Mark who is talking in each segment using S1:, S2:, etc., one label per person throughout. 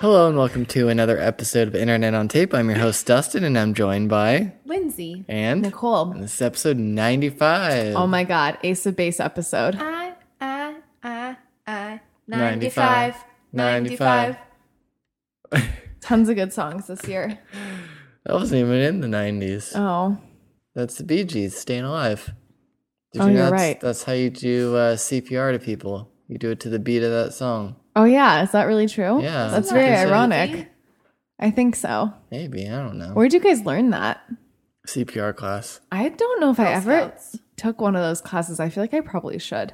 S1: Hello and welcome to another episode of Internet on Tape. I'm your host Dustin, and I'm joined by
S2: Lindsay.
S1: and
S2: Nicole.
S1: This is episode 95.
S2: Oh my God. Ace of Base episode.
S3: I, I, I, I,
S1: 95,
S3: 95,
S1: 95.
S3: 95.
S2: Tons of good songs this year.
S1: that wasn't even in the 90s.
S2: Oh,
S1: That's the Bee Gees, "Staying Alive." Did
S2: Oh,
S1: you know
S2: you're
S1: that's,
S2: right.
S1: That's how you do uh, CPR to people. You do it to the beat of that song.
S2: oh yeah. Is that really true?
S1: Yeah.
S2: That's
S1: Isn't
S2: very
S1: that crazy?
S2: ironic. I think so.
S1: Maybe I don't know.
S2: Where'd you guys learn that?
S1: CPR class,
S2: I don't know if I
S3: Girl
S2: ever
S3: Scouts.
S2: took one of those classes. I feel like I probably should.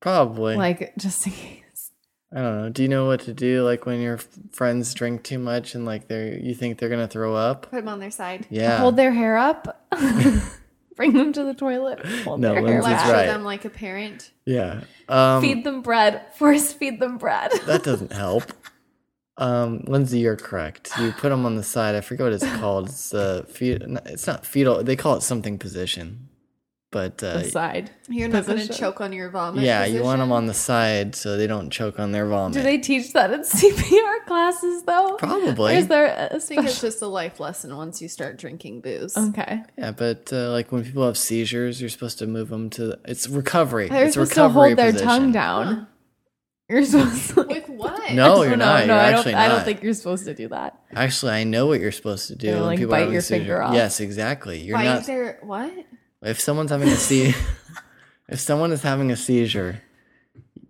S1: probably.
S2: Like just in case.
S1: I don't know. Do you know what to do? Like when your f- friends drink too much and like they you think they're gonna throw up.
S3: Put them on their side.
S1: Yeah.
S2: Hold their hair up. Bring them to the toilet. Hold
S1: No,
S2: their hair
S1: Lindsay's
S2: back.
S3: Lecture
S1: right.
S3: them like a parent.
S1: yeah. Um,
S2: Feed them bread. Force feed them bread.
S1: that doesn't help. Um, Lindsay, you're correct. You put them on the side. I forget what it's called. It's uh, fe- It's not fetal. They call it something position, but uh,
S2: Aside.
S3: You're not going to
S2: Position.
S3: choke on your vomit.
S1: yeah, you want them
S3: position.
S1: on the side so they don't choke on their vomit.
S2: Do they teach that in CPR classes though? Or
S1: Probably.
S2: Is there a
S3: I think it's
S2: special?
S3: just a life lesson once you start drinking booze.
S2: Okay.
S1: yeah, but uh, like when people have seizures, you're supposed to move them to. It's recovery.
S2: They're
S1: it's
S2: supposed to
S1: recovery
S2: hold their
S1: position.
S2: tongue down. You're supposed to.
S3: With what?
S1: No, you're
S2: no,
S1: not.
S2: No,
S1: you're
S2: I don't.
S1: actually
S2: I don't
S1: not.
S2: think you're supposed to do that.
S1: Actually, I know what you're supposed to do.
S2: You know,
S1: when
S2: like,
S1: people
S2: bite
S1: are having
S2: your
S1: a seizure.
S2: finger off.
S1: Yes, exactly. You're
S3: Why
S1: not.
S3: is there what?
S1: If someone's having a seizure, if someone is having a seizure,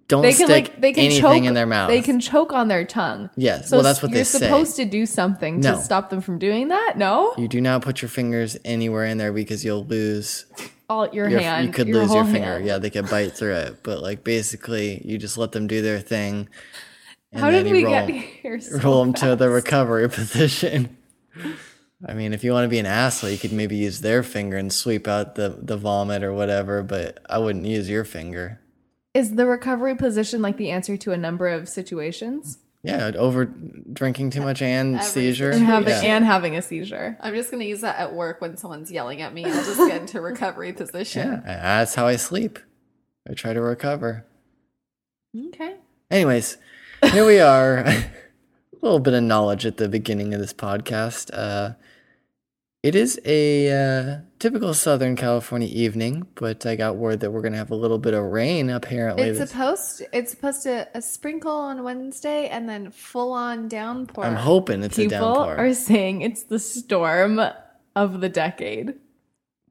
S1: don't
S2: They can
S1: stick
S2: like they can
S1: anything
S2: choke
S1: in their mouth.
S2: They can choke on their tongue.
S1: Yes,
S2: So
S1: well, that's what
S2: you're
S1: they say.
S2: supposed to do something
S1: No.
S2: to stop them from doing that. No,
S1: You do not put your fingers anywhere in there because you'll lose
S2: all your,
S1: your,
S2: hand.
S1: you could
S2: your
S1: lose your
S2: whole
S1: finger.
S2: hand.
S1: Yeah, they could bite through it, but like basically, you just let them do their thing. And
S2: How
S1: then
S2: did
S1: you
S2: we
S1: roll,
S2: get here? So
S1: roll them to the
S2: fast?
S1: recovery position? I mean, if you want to be an asshole, you could maybe use their finger and sweep out the the vomit or whatever. But I wouldn't use your finger.
S2: Is the recovery position like the answer to a number of situations?
S1: Yeah, over drinking too much and
S3: Every
S1: seizure.
S2: And having
S1: yeah.
S2: and having a seizure.
S3: I'm just going to use that at work when someone's yelling at me. I'll just get into recovery position.
S1: Yeah, that's how I sleep. I try to recover.
S2: Okay.
S1: Anyways, here we are. a little bit of knowledge at the beginning of this podcast. Uh, it is a uh, typical Southern California evening, but I got word that we're going to have a little bit of rain apparently.
S3: It's
S1: this-
S3: supposed it's supposed to a sprinkle on Wednesday and then full on downpour.
S1: I'm hoping it's a
S2: People
S1: downpour.
S2: are saying it's the storm of the decade.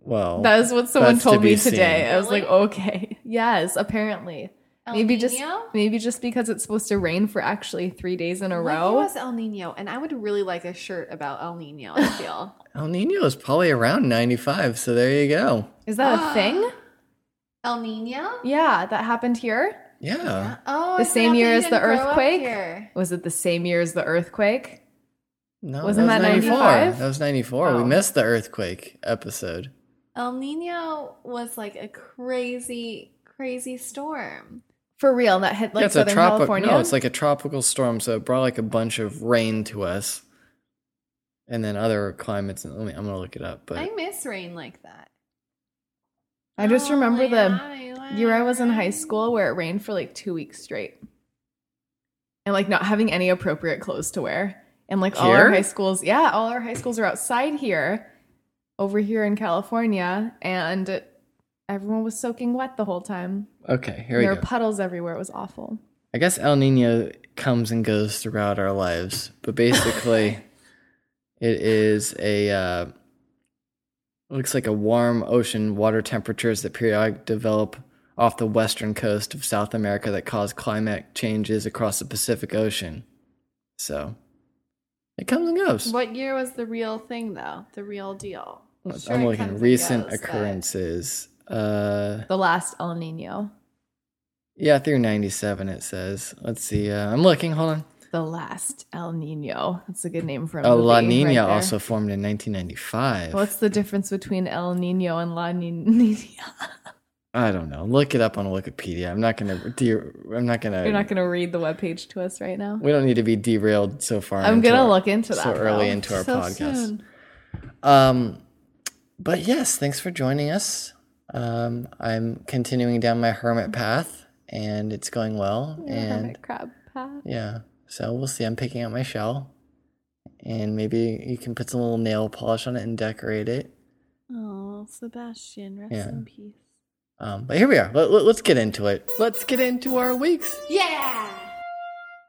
S1: well,
S2: That is what someone
S1: that's to
S2: told
S1: be
S2: me today.
S1: seen.
S2: I was like,
S3: Really?
S2: okay, yes, apparently.
S3: El
S2: maybe just
S3: Niño?
S2: maybe just because it's supposed to rain for actually three days in a
S3: Like,
S2: row.
S3: it was El Nino, and I would really like a shirt about El Nino. I feel
S1: El Nino is probably around 95, so there you go.
S2: Is that a thing?
S3: Ah. El Nino.
S2: Yeah, that happened here.
S1: Yeah.
S3: Oh,
S2: The
S3: it's
S2: same year
S3: happened
S2: as the
S3: in Grow Up
S2: earthquake?
S3: Here.
S2: Was it the same year as the earthquake?
S1: No,
S2: Wasn't
S1: that was
S2: that
S1: 94.
S2: 95?
S1: That was 94. We
S2: Oh.
S1: missed the earthquake episode.
S3: El Nino was like a crazy, crazy storm.
S2: For real, that hit like
S1: Yeah, it's a
S2: Southern
S1: tropical.
S2: California.
S1: No, it's like a tropical storm, so it brought like a bunch of rain to us, and then other climates. Let me. I'm gonna look it up, but
S3: I miss rain like that. Oh
S2: I just remember the
S3: the
S2: year I was in high school where it rained for like two weeks straight. And like not having any appropriate clothes to wear. And like all
S1: Here?
S2: our high schools, yeah, all our high schools are outside here, over here in California. And everyone was soaking wet the whole time.
S1: okay, here we
S2: there
S1: go.
S2: were puddles everywhere. It was awful.
S1: I guess El Nino comes and goes throughout our lives, but basically, it is a uh, looks like a warm ocean water temperatures that periodic develop off the western coast of South America that cause climate changes across the Pacific Ocean. So, it comes and goes.
S3: What year was the real thing though? The real deal.
S1: I'm
S3: Sure, it
S1: looking
S3: comes and
S1: recent
S3: goes, but-
S1: occurrences. Uh,
S2: The last El Nino.
S1: yeah, through '97 it says. Let's see. Uh, I'm looking. Hold on.
S2: The last El Nino. That's a good name for a
S1: Oh,
S2: movie
S1: La
S2: right
S1: Nina
S2: there.
S1: also formed in 1995.
S2: What's the difference between El Nino and La Nina?
S1: I don't know. Look it up on Wikipedia. I'm not gonna. De- I'm not gonna.
S2: You're not going to read the webpage to us right now.
S1: we don't need to be derailed so far.
S2: I'm
S1: into
S2: going to
S1: our-
S2: look into that.
S1: so early
S2: though.
S1: into our
S2: So
S1: podcast.
S2: soon.
S1: Um, but yes, thanks for joining us. Um, I'm continuing down my hermit path, and it's going well. and
S2: Hermit crab path.
S1: yeah, So we'll see. I'm picking out my shell, and maybe you can put some little nail polish on it and decorate it.
S3: Oh, Sebastian, rest
S1: Yeah.
S3: in peace.
S1: Um, but here we are. Let, let, let's get into it. Let's get into our weeks.
S3: Yeah.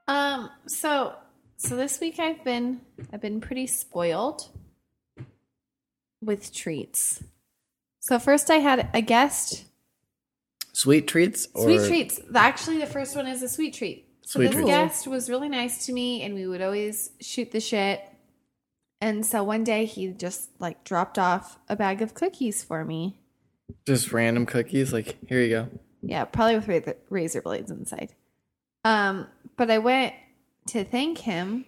S3: Um. So so this week I've been I've been pretty spoiled with treats. So first I had a guest
S1: Sweet treats or
S3: sweet treats. The- Actually, the first one is a sweet treat. So
S1: Sweet
S3: this
S1: treats.
S3: guest was really nice to me, and we would always shoot the shit. And so one day he just like dropped off a bag of cookies for me.
S1: just random cookies. Like here you go.
S3: Yeah, probably with razor, razor blades inside. Um, but I went to thank him.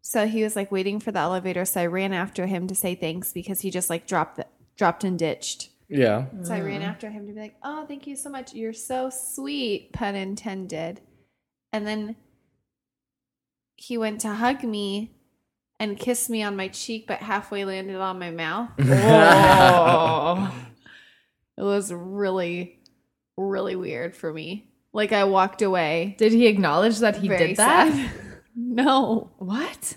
S3: So he was like waiting for the elevator, so I ran after him to say thanks because he just like dropped the, dropped and ditched.
S1: Yeah.
S3: So I
S2: Mm.
S3: ran after him to be like, "Oh, thank you so much. You're so sweet," pun intended. And then he went to hug me and kiss me on my cheek, but halfway landed on my mouth. Oh. It was really, really weird for me. Like I walked away.
S2: Did he acknowledge that he
S3: very
S2: did that?
S3: sad. no.
S2: What?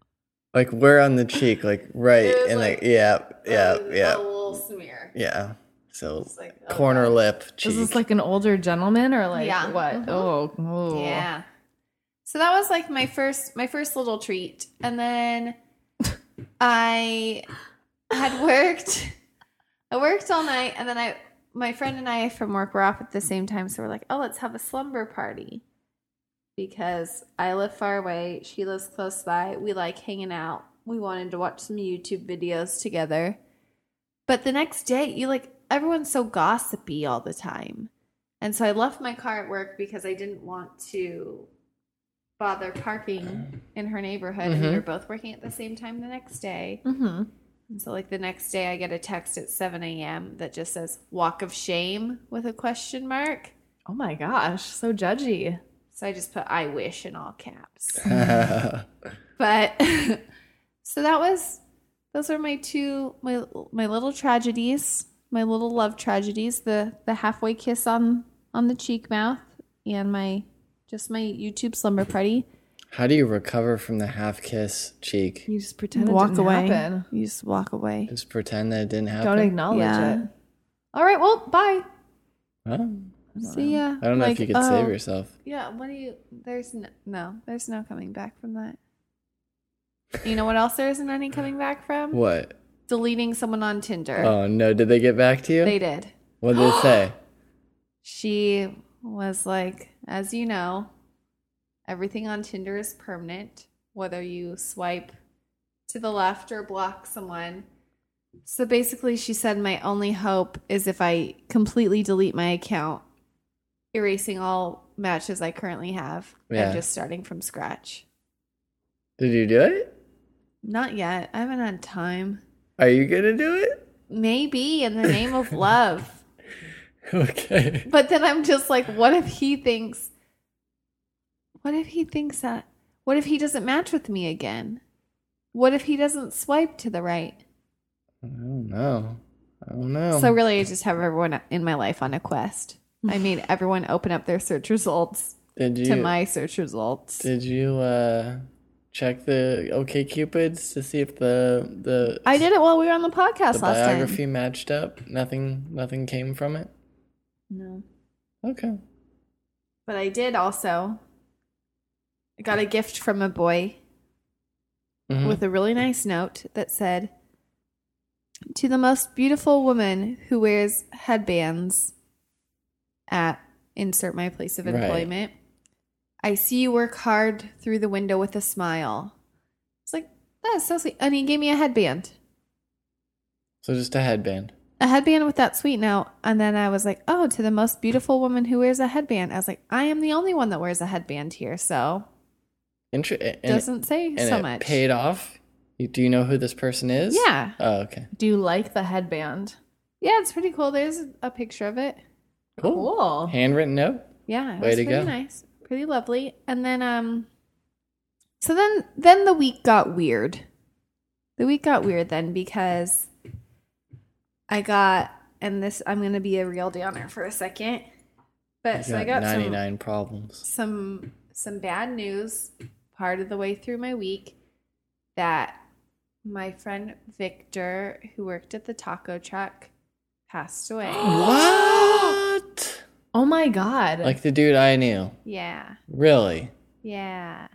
S1: like where on the cheek? Like right
S3: It was
S1: and like,
S3: like-
S1: yeah, yeah,
S3: Like,
S1: yeah,
S3: A little smear.
S1: yeah. So
S3: It's like, oh,
S1: corner
S3: God.
S1: lip cheek.
S2: Is this like an older gentleman or like
S3: Yeah.
S2: what?
S3: Mhm.
S2: Oh, oh.
S3: Yeah. So that was like my first my first little treat. And then I had worked I worked all night and then I my friend and I from work were off at the same time, so we're like, oh let's have a slumber party. Because I live far away, she lives close by, we like hanging out. We wanted to watch some YouTube videos together. But the next day, you like everyone's so gossipy all the time. And so I left my car at work because I didn't want to bother parking in her neighborhood. And we
S1: Mhm.
S3: were both working at the same time the next day.
S2: hmm
S3: And so, like, the next day, I get a text at 7 a.m. that just says walk of shame with a question mark.
S2: Oh my gosh, so judgy.
S3: So I just put I wish in all caps.
S1: yeah.
S3: But so that was, those were my two, my, my little tragedies, my little love tragedies the, the halfway kiss on, on the cheek mouth and my, just my YouTube slumber party.
S1: How do you recover from the half kiss cheek?
S3: You just pretend
S2: Walk
S3: walk away.
S2: away.
S3: You just walk away.
S1: Just pretend that it didn't happen.
S2: Don't acknowledge
S3: Yeah.
S2: it.
S3: All right. Well, bye.
S1: Huh?
S3: See ya.
S1: I don't know if
S3: Like,
S1: you could
S3: oh,
S1: save yourself.
S3: Yeah. What do you? There's no, no. There's no coming back from that. You know what else there isn't any coming back from?
S1: What?
S3: Deleting someone on Tinder.
S1: Oh no! Did they get back to you?
S3: They did.
S1: what did they say?
S3: She was like, as you know, everything on Tinder is permanent, whether you swipe to the left or block someone. So basically, she said, My only hope is if I completely delete my account, erasing all matches I currently have
S1: Yeah.
S3: and just starting from scratch.
S1: Did you do it?
S3: Not yet. I haven't had time.
S1: Are you gonna do it?
S3: Maybe in the name of love.
S1: Okay.
S3: But then I'm just like, what if he thinks, what if he thinks that, what if he doesn't match with me again? What if he doesn't swipe to the right?
S1: I don't know. I don't know.
S3: So really, I just have everyone in my life on a quest. I made everyone open up their search results
S1: did you?
S3: to my search results.
S1: did you uh, check the OK Cupids to see if the the
S3: I did it while we were on the podcast
S1: the
S3: last
S1: biography
S3: time.
S1: matched up? Nothing. Nothing came from it.
S3: No.
S1: Okay.
S3: But I did also. I got a gift from a boy
S1: Mhm.
S3: with a really nice note that said, To the most beautiful woman who wears headbands at insert my place of
S1: Right.
S3: employment, I see you work hard through the window with a smile. It's like, that is so sweet. And he gave me a headband,
S1: so just a headband.
S3: a headband with that sweet note. And then I was like, Oh, to the most beautiful woman who wears a headband. I was like, I am the only one that wears a headband here. So
S1: Inter- and,
S3: doesn't say
S1: and
S3: so
S1: it
S3: much.
S1: paid off. You, do you know who this person is?
S3: yeah.
S1: Oh, okay.
S2: Do you like the headband?
S3: Yeah, it's pretty cool. There's a picture of it.
S1: Cool.
S2: Cool.
S1: Handwritten note.
S3: Yeah, it
S1: Way
S3: was
S1: to
S3: pretty
S1: go.
S3: nice, pretty lovely. And then, um, so then then the week got weird. The week got weird then because I got and this I'm gonna be a real downer for a second, but
S1: You
S3: so I got some
S1: 99 problems.
S3: some some bad news part of the way through my week that my friend Victor, who worked at the taco truck, passed away.
S1: what?
S2: Oh my god.
S1: Like the dude I knew.
S3: yeah.
S1: Really?
S3: Yeah.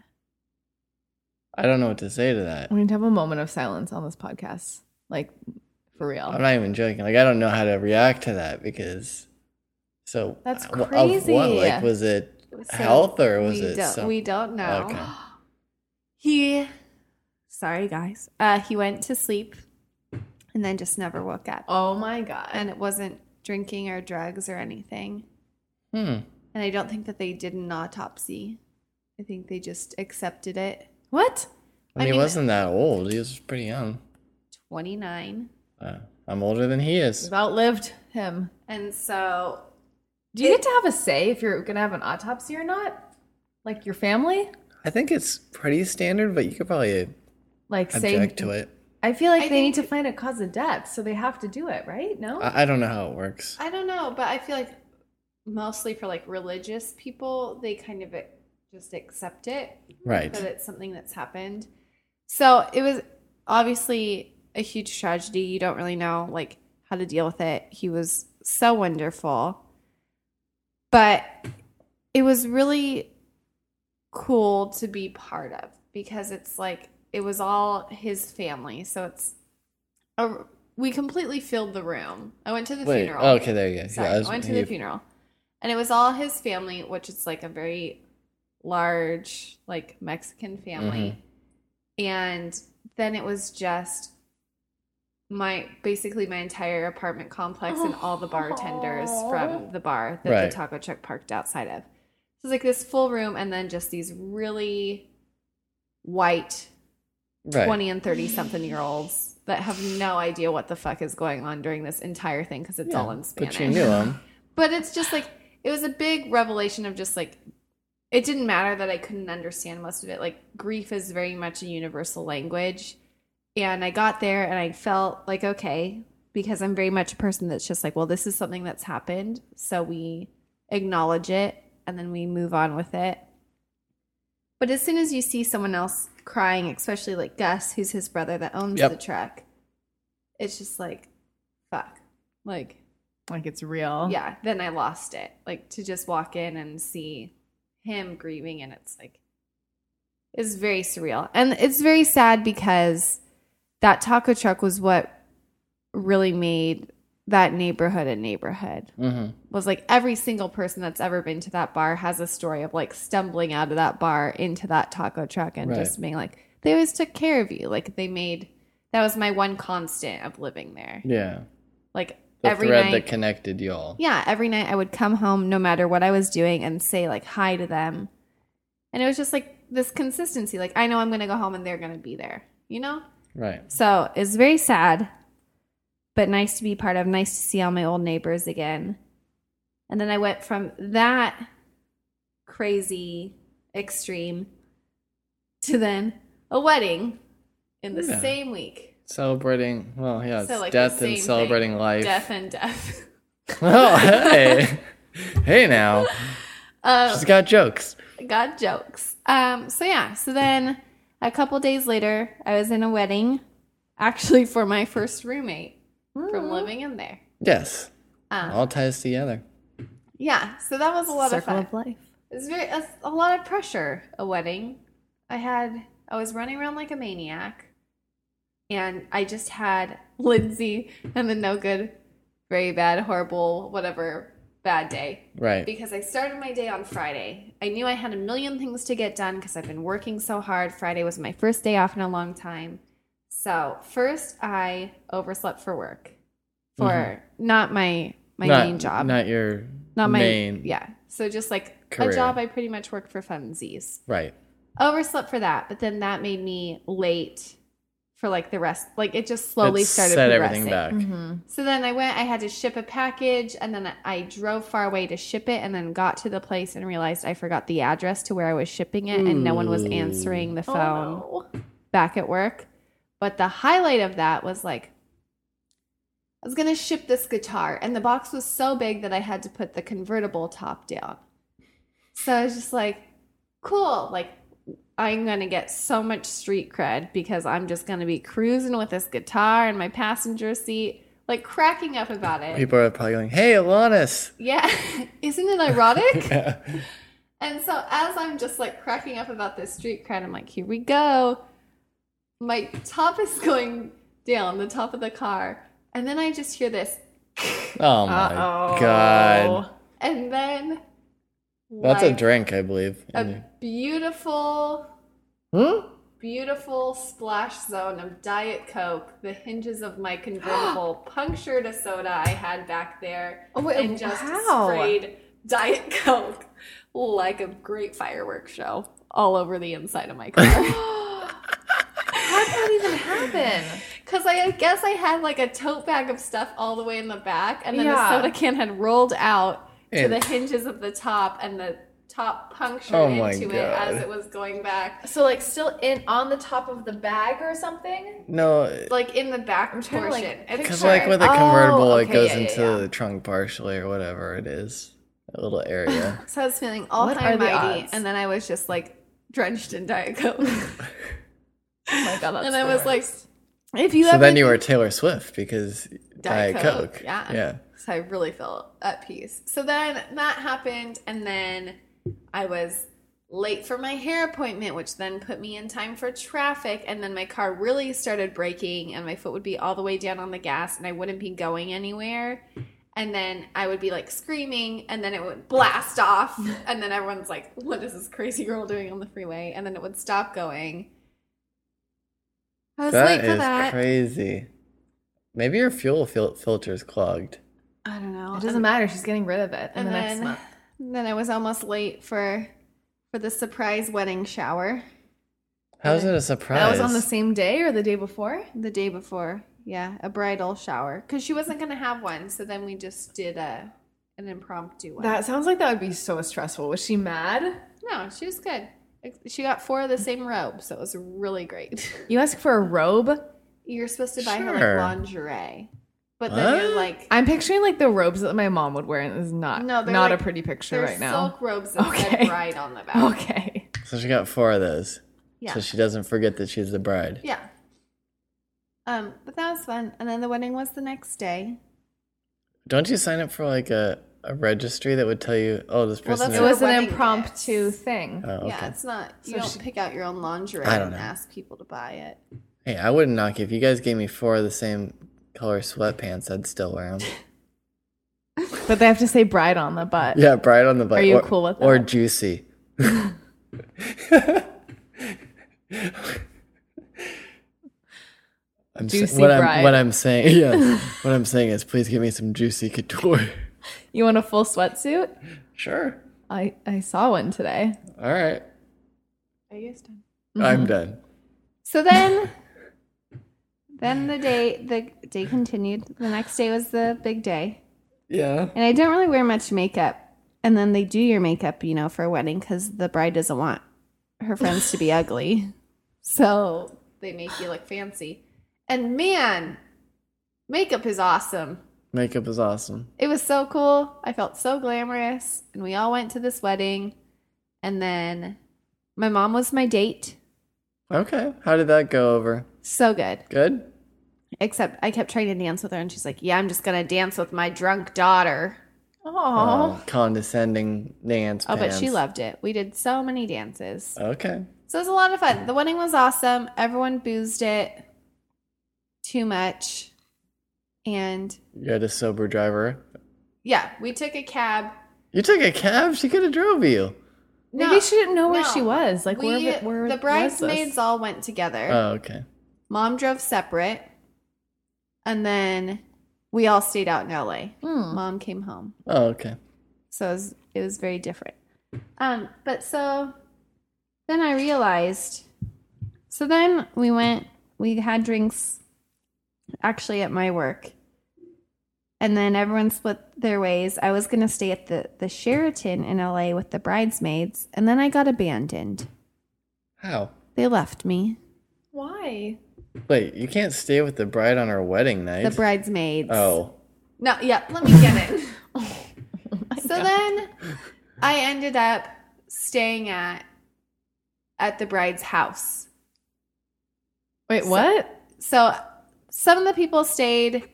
S1: I don't know what to say to that.
S2: we need to have a moment of silence on this podcast. Like for real.
S1: I'm not even joking. Like I don't know how to react to that because so uh,
S2: That's
S1: of what,
S2: crazy.
S1: Like was it
S3: So
S1: health or was
S3: we
S1: it
S3: Don't,
S1: some-
S3: we don't know.
S1: Okay.
S3: He, sorry guys, uh, he went to sleep and then just never woke up.
S2: Oh my god.
S3: And it wasn't drinking or drugs or anything.
S1: hmm.
S3: And I don't think that they did an autopsy. I think they just accepted it.
S2: What?
S1: I
S3: I
S1: mean, he
S3: mean-
S1: wasn't that old. He was pretty young.
S3: 29.
S1: Uh, I'm older than he is.
S2: We've outlived him.
S3: And so,
S2: Do you get to have a say if you're gonna have an autopsy or not? Like your family?
S1: I think it's pretty standard, but you could probably
S2: Like say
S1: object to it.
S2: I feel like
S3: I
S2: they need to find a cause of death, so they have to do it, right? No?
S1: I, I don't know how it works.
S3: I don't know, but I feel like mostly for like religious people, they kind of eh, just accept it.
S1: Right.
S3: that it's something that's happened. So it was obviously a huge tragedy. You don't really know like how to deal with it. He was so wonderful. But it was really cool to be part of because it's like it was all his family. So it's a, we completely filled the room. I went to the
S1: Wait. oh,
S3: funeral.
S1: okay. There you go.
S3: Sorry,
S1: yeah.
S3: I,
S1: I was,
S3: went to
S1: he-
S3: the funeral, and it was all his family, which is like a very large, like Mexican family.
S1: Mm-hmm.
S3: And then it was just my basically my entire apartment complex and all the bartenders from the bar that
S1: Right.
S3: the taco truck parked outside of. So it's like this full room, and then just these really white
S1: Right.
S3: 20 and 30 something year olds that have no idea what the fuck is going on during this entire thing because it's
S1: Yeah,
S3: all in Spanish.
S1: But you knew him.
S3: But it's just like it was a big revelation of just like it didn't matter that I couldn't understand most of it. Like grief is very much a universal language. And I got there and I felt like okay because I'm very much a person that's just like, well, this is something that's happened, so we acknowledge it and then we move on with it. But as soon as you see someone else crying, especially like Gus, who's his brother that owns
S1: Yep.
S3: the truck, it's just like fuck. Like
S2: like it's
S1: Oh.
S2: real.
S3: yeah then i lost it like to just walk in and see him grieving and it's like it's very surreal and it's very sad because that taco truck was what really made that neighborhood a neighborhood
S1: hmm
S3: was like every single person that's ever been to that bar has a story of like stumbling out of that bar into that taco truck and
S1: Right.
S3: just being like they always took care of you like they made that was my one constant of living there
S1: Yeah.
S3: like
S1: The
S3: every
S1: thread
S3: night
S1: that connected y'all.
S3: yeah, every night I would come home no matter what I was doing and say like hi to them. And it was just like this consistency. Like I know I'm going to go home and they're going to be there, you know?
S1: Right.
S3: So it's very sad, but nice to be part of, nice to see all my old neighbors again. And then I went from that crazy extreme to then a wedding in the
S1: Yeah.
S3: same week.
S1: Celebrating. Well, yeah. It's
S3: So, like, the
S1: death
S3: same
S1: and
S3: thing.
S1: celebrating life.
S3: Death and death.
S1: Oh, hey. hey now.
S3: Um,
S1: She's got jokes.
S3: got jokes. Um, so yeah, so then a couple days later, I was in a wedding, actually for my first roommate from living in there.
S1: Yes.
S3: Um,
S1: All ties together.
S3: yeah, so that was a lot
S2: Circle
S3: of
S2: of
S3: fun.
S2: life.
S3: It was very a, a lot of pressure. A wedding. I had I was running around like a maniac, and I just had Lindsay and the no good, very bad, horrible, whatever bad day
S1: Right.
S3: because I started my day on Friday. I knew I had a million things to get done because I've been working so hard. Friday was my first day off in a long time. So first, I overslept for work, for not my my
S1: Mm-hmm. not,
S3: main job, not,
S1: Not your
S3: my
S1: main.
S3: yeah. So just like
S1: Career.
S3: a job, I pretty much worked for funsies.
S1: Right.
S3: Overslept for that, but then that made me late for like the rest. Like it just slowly
S1: It
S3: started
S1: set
S3: progressing. Mm-hmm.
S1: everything back.
S2: Mm-hmm.
S3: So then I went, I had to ship a package, and then I drove far away to ship it, and then got to the place and realized I forgot the address to where I was shipping it, and no one was
S1: Ooh.
S3: answering the
S2: Oh,
S3: phone
S2: no.
S3: back at work. But the highlight of that was like, I was going to ship this guitar, and the box was so big that I had to put the convertible top down. So I was just like, cool. Like, I'm gonna get so much street cred because I'm just gonna be cruising with this guitar in my passenger seat, like cracking up about it.
S1: People are probably going, "Hey, Alanis."
S3: Yeah, isn't it ironic? and so as I'm just like cracking up about this street cred, I'm like, here we go. My top is going down the top of the car, and then I just hear this,
S1: Oh my god.
S3: and then
S1: That's a
S3: like,
S1: drink, I believe.
S3: a beautiful
S1: Hmm?
S3: beautiful splash zone of Diet Coke, the hinges of my convertible punctured a soda I had back there,
S2: Oh, wait,
S3: and just
S2: wow.
S3: sprayed Diet Coke like a great fireworks show all over the inside of my car.
S2: How did that even happen?
S3: Because I guess I had like a tote bag of stuff all the way in the back, and then
S2: Yeah.
S3: the soda can had rolled out to
S1: And-
S3: the hinges of the top, and the top punctured
S1: Oh my
S3: into it as
S1: God.
S3: it was going back.
S2: So like still in on the top of the bag or something?
S1: No,
S3: Like in the back
S2: trying
S3: portion.
S2: to, like,
S3: It's
S1: because
S2: Sure.
S1: like with a
S2: Oh,
S1: convertible,
S2: okay,
S1: it goes
S2: yeah, yeah,
S1: into
S2: yeah.
S1: the trunk partially or whatever it is, a little area.
S3: So I was feeling all
S2: What
S3: high
S2: are
S3: and
S2: the
S3: mighty,
S2: odds?
S3: and then I was just like drenched in Diet Coke. and
S2: Oh my god, that's
S3: I
S2: the
S3: was like,
S2: worst.
S3: if you
S1: so
S3: ever
S1: then you were Taylor Swift because Diet,
S3: Diet
S1: Coke.
S3: Coke, yeah.
S1: Yeah.
S3: So I really felt at peace. So then that happened, and then I was late for my hair appointment, which then put me in time for traffic. And then my car really started braking, and my foot would be all the way down on the gas, and I wouldn't be going anywhere. And then I would be like screaming, and then it would blast off. And then everyone's like, What is this crazy girl doing on the freeway? And then it would stop going. I was
S1: That
S3: late for
S1: is
S3: that.
S1: crazy. Maybe your fuel fil- filter's clogged.
S3: I don't know.
S2: It doesn't matter. She's getting rid of it
S3: and
S2: in the next
S3: then,
S2: month.
S3: then I was almost late for for the surprise wedding shower
S1: How's it a surprise?
S2: That was on the same day or the day before?
S3: the day before. Yeah, a bridal shower because she wasn't gonna have one, so then we just did a an impromptu one.
S2: That sounds like that would be so stressful. Was she mad?
S3: no, she was good. She got four of the same robe, so it was really great.
S2: You ask for a robe?
S3: You're supposed to buy her
S1: Sure.
S3: like lingerie, but then
S1: What?
S3: you're like,
S2: I'm picturing like the robes that my mom would wear, and it's not
S3: No, they're
S2: not
S3: like-
S2: a pretty picture
S3: there's
S2: right now.
S3: silk robes that
S2: Okay.
S3: said bride on the back.
S2: okay.
S1: So she got four of those.
S3: Yeah.
S1: So she doesn't forget that she's the bride.
S3: Yeah. Um, but that was fun. And then the wedding was the next day.
S1: Don't you sign up for like a, a registry that would tell you, oh, this
S3: Well,
S1: person.
S3: that's
S2: It
S3: what
S2: was an
S3: wedding
S2: impromptu
S3: is.
S2: thing.
S1: oh, okay.
S3: Yeah, it's not. You
S2: So
S3: don't
S2: she-
S3: pick out your own lingerie
S1: I don't
S3: and
S1: know.
S3: ask people to buy it.
S1: Hey, I wouldn't knock you. if you guys gave me four of the same color sweatpants. I'd still wear them.
S2: But they have to say bride on the butt.
S1: yeah, bride on the butt.
S2: Are you
S1: or,
S2: cool with
S1: Or
S2: that?
S1: juicy. I'm sa-
S2: Juicy
S1: what I'm
S2: bride.
S1: what I'm saying. Yeah, what I'm saying is, please give me some juicy couture.
S2: You want a full sweatsuit?
S1: Sure.
S2: I, I saw one today.
S1: All right.
S3: Are you guys done?
S2: Mm-hmm.
S1: I'm done.
S3: So then, then the day the day continued. The next day was the big day,
S1: Yeah.
S3: and I don't really wear much makeup. And then they do your makeup, you know, for a wedding because the bride doesn't want her friends to be ugly, so they make you look fancy. And man, makeup is awesome.
S1: Makeup is awesome.
S3: It was so cool. I felt so glamorous. And we all went to this wedding. And then my mom was my date.
S1: Okay. How did that go over?
S3: So good.
S1: Good.
S3: Except I kept trying to dance with her. And she's like, Yeah, I'm just going to dance with my drunk daughter.
S2: Oh,
S1: Uh, condescending Nance.
S3: Oh, but she
S1: pants.
S3: loved it. We did so many dances.
S1: Okay.
S3: So it was a lot of fun. The wedding was awesome. Everyone boozed it too much. And
S1: You had a sober driver.
S3: yeah, we took a cab.
S1: You took a cab. She could have drove you.
S2: maybe
S3: No,
S2: she didn't know where
S3: no.
S2: she was. Like
S3: we,
S2: where, where
S3: the
S2: was
S3: bridesmaids
S2: this?
S3: all went together.
S1: Oh, okay.
S3: Mom drove separate. And then we all stayed out in LA.
S2: Hmm.
S3: Mom came home.
S1: Oh, okay.
S3: So it was, it was very different. Um, but so then I realized. So then we went, we had drinks actually at my work. And then everyone split their ways. I was going to stay at the, the Sheraton in LA with the bridesmaids. And then I got abandoned.
S1: How?
S3: They left me,
S2: Why?
S1: Wait, you can't stay with the bride on her wedding night.
S3: the bridesmaids.
S1: Oh.
S3: No, yeah, let me get it. so then I ended up staying at at the bride's house.
S2: Wait,
S3: So-
S2: what?
S3: So some of the people stayed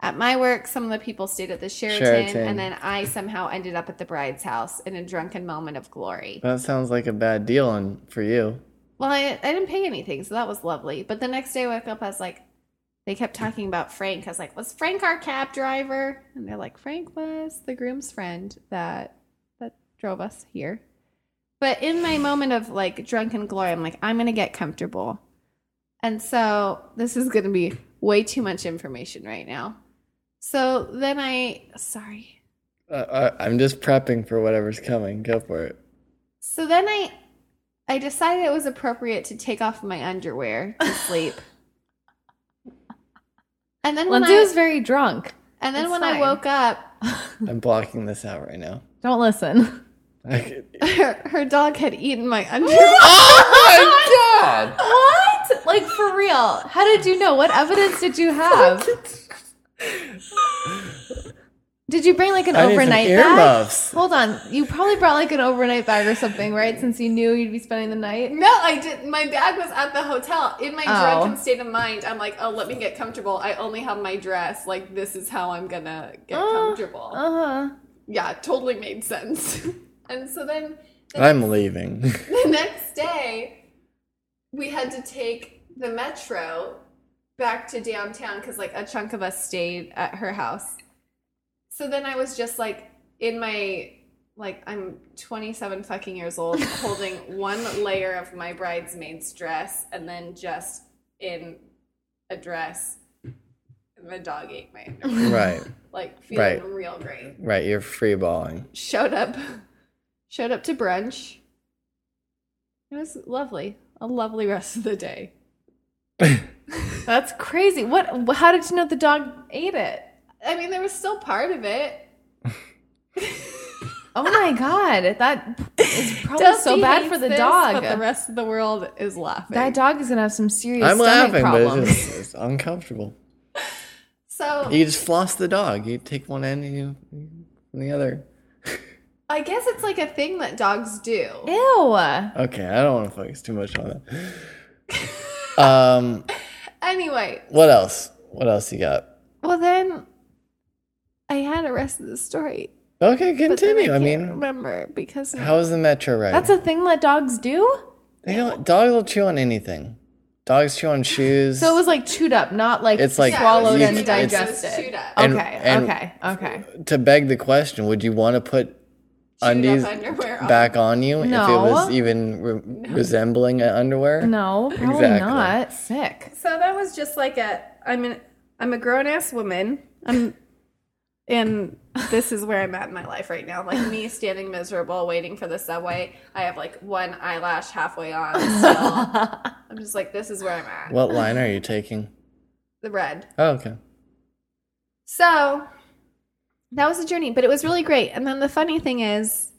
S3: at my work, some of the people stayed at the Sheraton,
S1: Sheraton.
S3: and then I somehow ended up at the bride's house in a drunken moment of glory.
S1: That sounds like a bad deal on, for you.
S3: Well, I, I didn't pay anything, so that was lovely. But the next day I woke up, I was like, they kept talking about Frank. I was like, was Frank our cab driver? And they're like, Frank was the groom's friend that that drove us here. But in my moment of like drunken glory, I'm like, I'm gonna get comfortable. And so this is gonna be way too much information right now. So then I sorry.
S1: Uh, uh, I'm just prepping for whatever's coming. Go for it.
S3: So then I I decided it was appropriate to take off my underwear to sleep. and then when
S2: Lindsay
S3: I,
S2: was very drunk.
S3: and then
S2: it's
S3: when I
S2: fine.
S3: woke up,
S1: I'm blocking this out right now.
S2: Don't listen.
S1: I could-
S3: her, her dog had eaten my underwear.
S1: oh my god!
S2: What? Like for real? How did you know? What evidence did you have? Did you bring like an
S1: I need some
S2: overnight bag?
S1: earmuffs.
S2: Hold on. You probably brought like an overnight bag or something, right? Since you knew you'd be spending the night.
S3: No, I didn't. My bag was at the hotel. In my
S2: Oh.
S3: drunken state of mind, I'm like, oh, let me get comfortable. I only have my dress. Like, this is how I'm gonna get
S2: Oh,
S3: comfortable.
S2: Uh huh.
S3: Yeah, totally made sense. and so then the
S1: I'm leaving.
S3: the next day we had to take the metro back to downtown because like a chunk of us stayed at her house so then i was just like in my like i'm 27 fucking years old holding one layer of my bridesmaid's dress and then just in a dress and the dog ate my underwear
S1: right,
S3: like feeling
S1: Right.
S3: real great
S1: right. You're free balling.
S3: showed up showed up to brunch it was lovely a lovely rest of the day
S2: That's crazy. What? How did you know the dog ate it?
S3: i mean there was still part of it
S2: Oh my god. That is probably
S3: Dusty
S2: so bad
S3: hates
S2: for the
S3: this,
S2: dog.
S3: but the rest of the world is laughing
S2: that dog is gonna have some serious
S1: I'm
S2: stomach
S1: laughing, but
S2: problems.
S1: it's, just, it's uncomfortable.
S3: so
S1: You just floss the dog. You take one end and you and the other.
S3: i guess it's like a thing that dogs do
S2: Ew.
S1: Okay, I don't want to focus too much on that. Um,
S3: anyway
S1: what else? What else you got?
S3: well then i had a rest of the story
S1: Okay,
S3: but then
S1: continue. I,
S3: I, can't
S1: mean,
S3: remember because
S1: how is the metro ride?
S2: That's a thing that dogs do?
S1: They don't- dogs will chew on anything. Dogs chew on shoes.
S2: So it was like chewed up, not like
S1: It's like
S2: swallowed
S1: you-
S2: and
S1: it's- it's-
S2: digested.
S3: Chewed up.
S1: And-
S2: okay,
S1: and-
S2: okay, okay.
S1: to beg the question, would you want to put undies
S3: underwear on.
S1: back on you if it
S2: No.
S1: was even re- resembling an underwear?
S2: No, probably
S1: Exactly.
S2: not. Sick.
S3: So that was just like a I'm an I'm a grown ass woman. I'm and this is where I'm at in my life right now. Like me standing miserable waiting for the subway. I have like one eyelash halfway on still. I'm just like this is where I'm at.
S1: What line are you taking?
S3: the red.
S1: Oh, okay.
S3: So that was a journey, but it was really great. And then the funny thing is,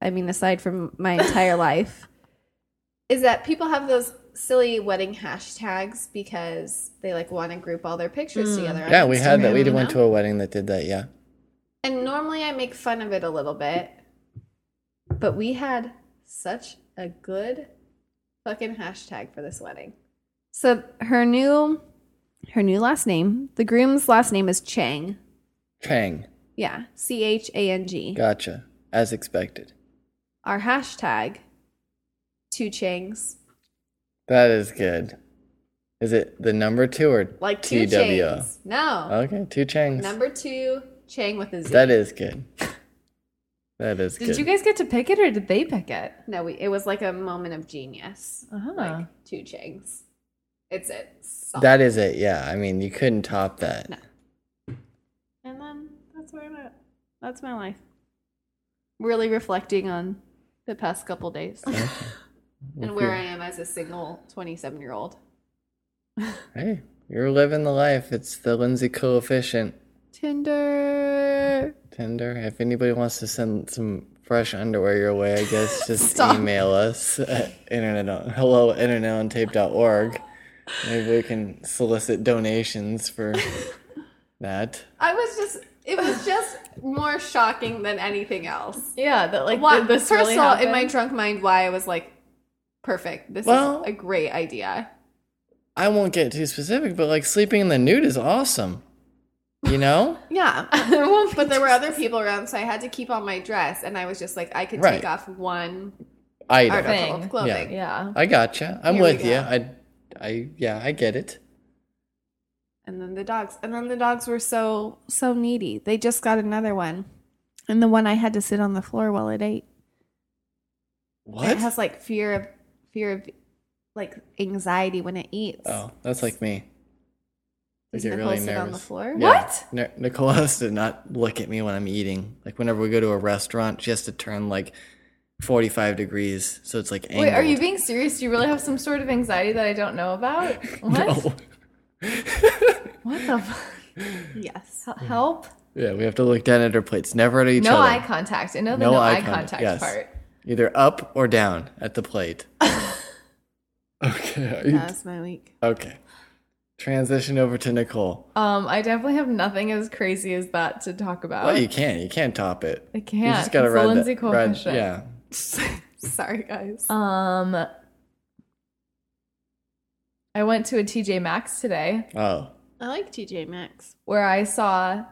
S3: I mean, aside from my entire life, is that people have those silly wedding hashtags because they like want to group all their pictures together. on
S1: Yeah, we had that.
S3: Instagram,
S1: We
S3: you
S1: did went
S3: know?
S1: to a wedding that did that. Yeah.
S3: And normally I make fun of it a little bit, but we had such a good fucking hashtag for this wedding. So her new her new last name, the groom's last name is Chang.
S1: Chang.
S3: Yeah, C H A N G.
S1: Gotcha. As expected.
S3: Our hashtag, two Changs.
S1: That is good. Is it the number two or
S3: Like two
S1: TWO?
S3: Changs. No,
S1: Okay, two Changs.
S3: number two Chang with a Z.
S1: Um, That is good. That is
S2: Did
S1: good.
S2: you guys get to pick it or did they pick it?
S3: no, we, it was like a moment of genius.
S2: Uh-huh.
S3: Like two Changs. It's it. Solid.
S1: that is it. Yeah. I mean, you couldn't top that.
S3: No. and then that's where I'm at. That's my life. Really reflecting on the past couple days and where I am as a single 27 year old.
S1: Hey, you're living the life. It's the Lindsay coefficient.
S3: Tinder.
S1: Tinder. If anybody wants to send some fresh underwear your way, I guess just
S3: Stop.
S1: email us at internet on, hello at internetontape.org. Maybe we can solicit donations for that.
S3: I was just, it was just more shocking than anything else.
S2: Yeah, that like
S3: Why,
S2: did this
S3: first
S2: really
S3: of all, in
S2: happen?
S3: my drunk mind, why I was like, Perfect. This
S1: Well-
S3: is a great idea.
S1: I won't get too specific, but like sleeping in the nude is awesome. You know?
S3: Yeah.
S2: There won't be
S3: But there were other people around, so I had to keep on my dress, and I was just like, I could
S1: Right.
S3: take off one
S1: I
S3: article
S1: know.
S2: Thing.
S3: of clothing.
S2: Yeah.
S1: I gotcha. I'm
S3: Here we
S1: with
S3: go.
S1: you. I, I, yeah, I get it.
S3: And then the dogs, and then the dogs were so so needy. They just got another one, and the one I had to sit on the floor while it ate.
S1: What?
S3: It has like fear of fear of like anxiety when it eats.
S1: oh, that's like me. I
S3: Does
S1: get
S3: Nicole
S1: really
S3: sit on the
S1: nervous.
S3: floor?
S1: Yeah.
S2: What?
S1: N- Nicole has to not look at me when I'm eating. Like whenever we go to a restaurant, she has to turn like 45 degrees, so it's like angled.
S2: Wait, are you being serious? Do you really have some sort of anxiety that I don't know about? What?
S1: No.
S2: What the fuck?
S3: Yes.
S2: Help?
S1: Yeah, we have to look down at her plates, never at each
S2: No
S1: other.
S2: eye contact. I know the
S1: No
S2: no,
S1: eye
S2: eye,
S1: contact,
S2: contact,
S1: yes.
S2: part.
S1: Either up or down at the plate. okay. are you-
S3: That was my week.
S1: Okay. Transition over to Nicole.
S2: Um, I definitely have nothing as crazy as that to talk about.
S1: Well, you can't. You can't top it.
S2: Oh. I
S1: You
S2: can't.
S1: just gotta
S2: It's
S1: ride
S2: the
S1: the-
S2: Lindsay
S1: ride-
S2: coefficient.
S1: Yeah.
S3: Sorry, guys.
S2: Um, I went to a TJ Maxx today
S1: Oh.
S3: I like TJ Maxx.
S2: where I saw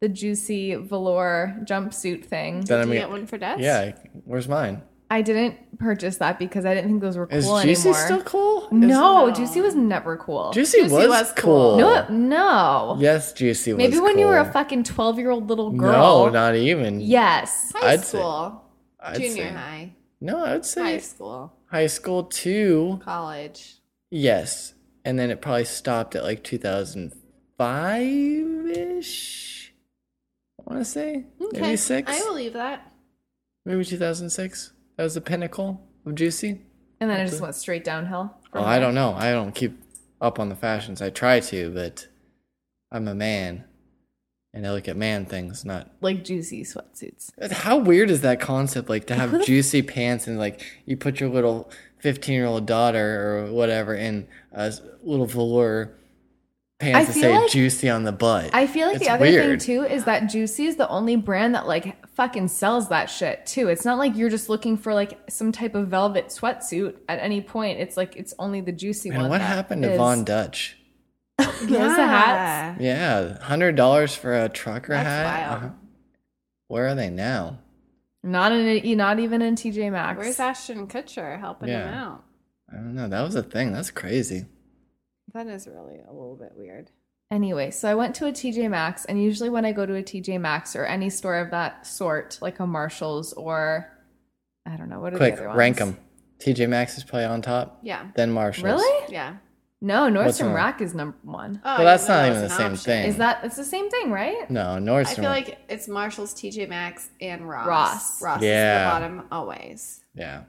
S2: the juicy velour jumpsuit thing.
S1: Then
S3: Did
S1: I'm
S3: you
S1: gonna-
S3: get one for Des?
S1: Yeah. Where's mine?
S2: I didn't purchase that because I didn't think those were cool
S1: Is Juicy
S2: anymore.
S1: still cool? Is-
S2: no,
S3: No.
S2: Juicy was never cool.
S1: Juicy,
S3: Juicy
S1: was,
S3: was
S1: cool.
S3: cool.
S2: no, it- no.
S1: Yes, Juicy was
S2: Maybe when you were a
S1: cool.
S2: fucking twelve-year-old little girl.
S1: No, not even.
S2: Yes.
S3: High
S1: I'd say-
S3: school,
S1: I'd
S3: junior
S1: say-
S3: high,
S1: No, I would say
S3: high
S1: high,
S3: school,
S1: school too.
S3: college.
S1: Yes. And then it probably stopped at like 2005 ish. I want to say. Maybe six.
S3: I believe that.
S1: Maybe 2006. That was the pinnacle of Juicy.
S2: And then it just went straight downhill.
S1: Well, I don't know. I don't keep up on the fashions. I try to, but I'm a man. And I look at man things, not
S2: Like juicy sweatsuits.
S1: How weird is that concept? Like to have juicy pants and like you put your little fifteen-year-old daughter or whatever in a s- little velour
S2: I
S1: pants that
S2: feel
S1: say
S2: like-
S1: "juicy" on the butt.
S2: I feel like
S1: It's
S2: the other
S1: weird.
S2: thing too is that Juicy is the only brand that like fucking sells that shit too. It's not like you're just looking for like some type of velvet sweatsuit at any point. It's like it's only the Juicy
S1: and
S2: one.
S1: what
S2: that
S1: happened to
S2: is-
S1: Von Dutch?
S2: Those are hats.
S1: Yeah, hundred dollars for a trucker
S3: That's
S1: hat.
S3: wild.
S1: Uh-huh. Where are they now?
S2: Not in not even in TJ Maxx.
S3: Where's Ashton Kutcher helping him
S1: Yeah.
S3: out?
S1: I don't know. That was a thing. That's crazy.
S3: That is really a little bit weird.
S2: Anyway, so I went to a TJ Maxx, and usually when I go to a TJ Maxx or any store of that sort, like a Marshalls or I don't know what are
S1: Quick,
S2: the other
S1: rank
S2: ones?
S1: them. TJ Maxx is probably on top.
S3: Yeah.
S1: Then Marshalls.
S2: Really?
S3: Yeah.
S2: No,
S1: What's
S2: Nordstrom
S1: wrong?
S2: Rack is number one.
S3: Oh,
S1: Well, that's
S3: I
S1: not
S3: didn't know
S1: even the
S3: that
S1: same
S3: was an option.
S1: thing.
S2: Is that it's the same thing, right?
S1: No,
S3: I
S1: Nordstrom.
S3: feel like it's Marshall's, TJ Maxx, and Ross.
S2: Ross.
S3: Ross
S1: Yeah.
S3: is the bottom always.
S1: yeah,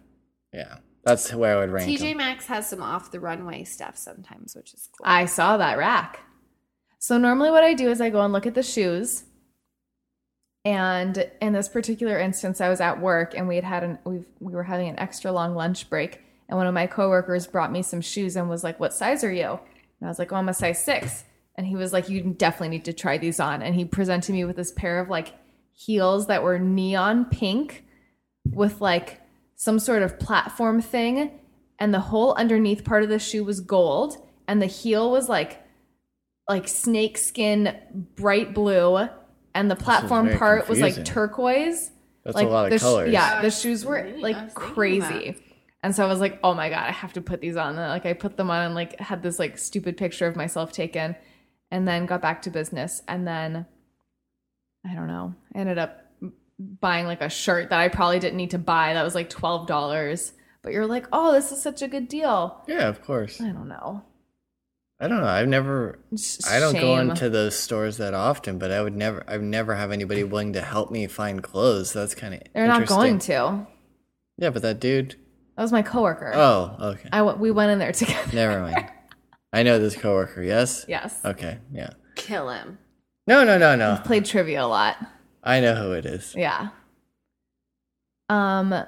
S1: yeah. That's where I would rank
S3: TJ
S1: 'em.
S3: Maxx has some off the runway stuff sometimes, which is cool.
S2: I saw that rack. So normally what I do is I go and look at the shoes. And in this particular instance, I was at work and we had had an we we were having an extra long lunch break, and one of my coworkers brought me some shoes and was like, "What size are you?" And I was like, "Oh, I'm a size six. And he was like, "You definitely need to try these on." And he presented me with this pair of like heels that were neon pink with like some sort of platform thing and the whole underneath part of the shoe was gold and the heel was like like snake skin bright blue and the platform
S1: very
S2: part was like
S1: confusing.
S2: turquoise
S1: That's
S2: like
S1: a lot
S2: the
S1: of
S2: sh-
S1: colors.
S2: yeah the
S3: That's
S2: shoes were
S3: neat. I was
S2: like
S3: thinking
S2: crazy and so i was like oh my god i have to put these on and like i put them on and like had this like stupid picture of myself taken and then got back to business and then i don't know I ended up buying like a shirt that i probably didn't need to buy that was like $12 but you're like oh this is such a good deal
S1: Yeah, of course.
S2: i don't know
S1: I don't know. I've never.
S2: It's just
S1: I don't go
S2: shame.
S1: into those stores that often, but I would never. I've never have anybody willing to help me find clothes. So that's kind of.
S2: they're not going to
S1: Yeah, but that dude.
S2: that was my coworker
S1: Oh, okay.
S2: I w- we went in there together
S1: never mind. I know this coworker. Yes.
S2: yes
S1: Okay. Yeah.
S3: Kill him.
S1: No, no, no, no.
S2: played trivia a lot
S1: I know who it is.
S2: Yeah. Um,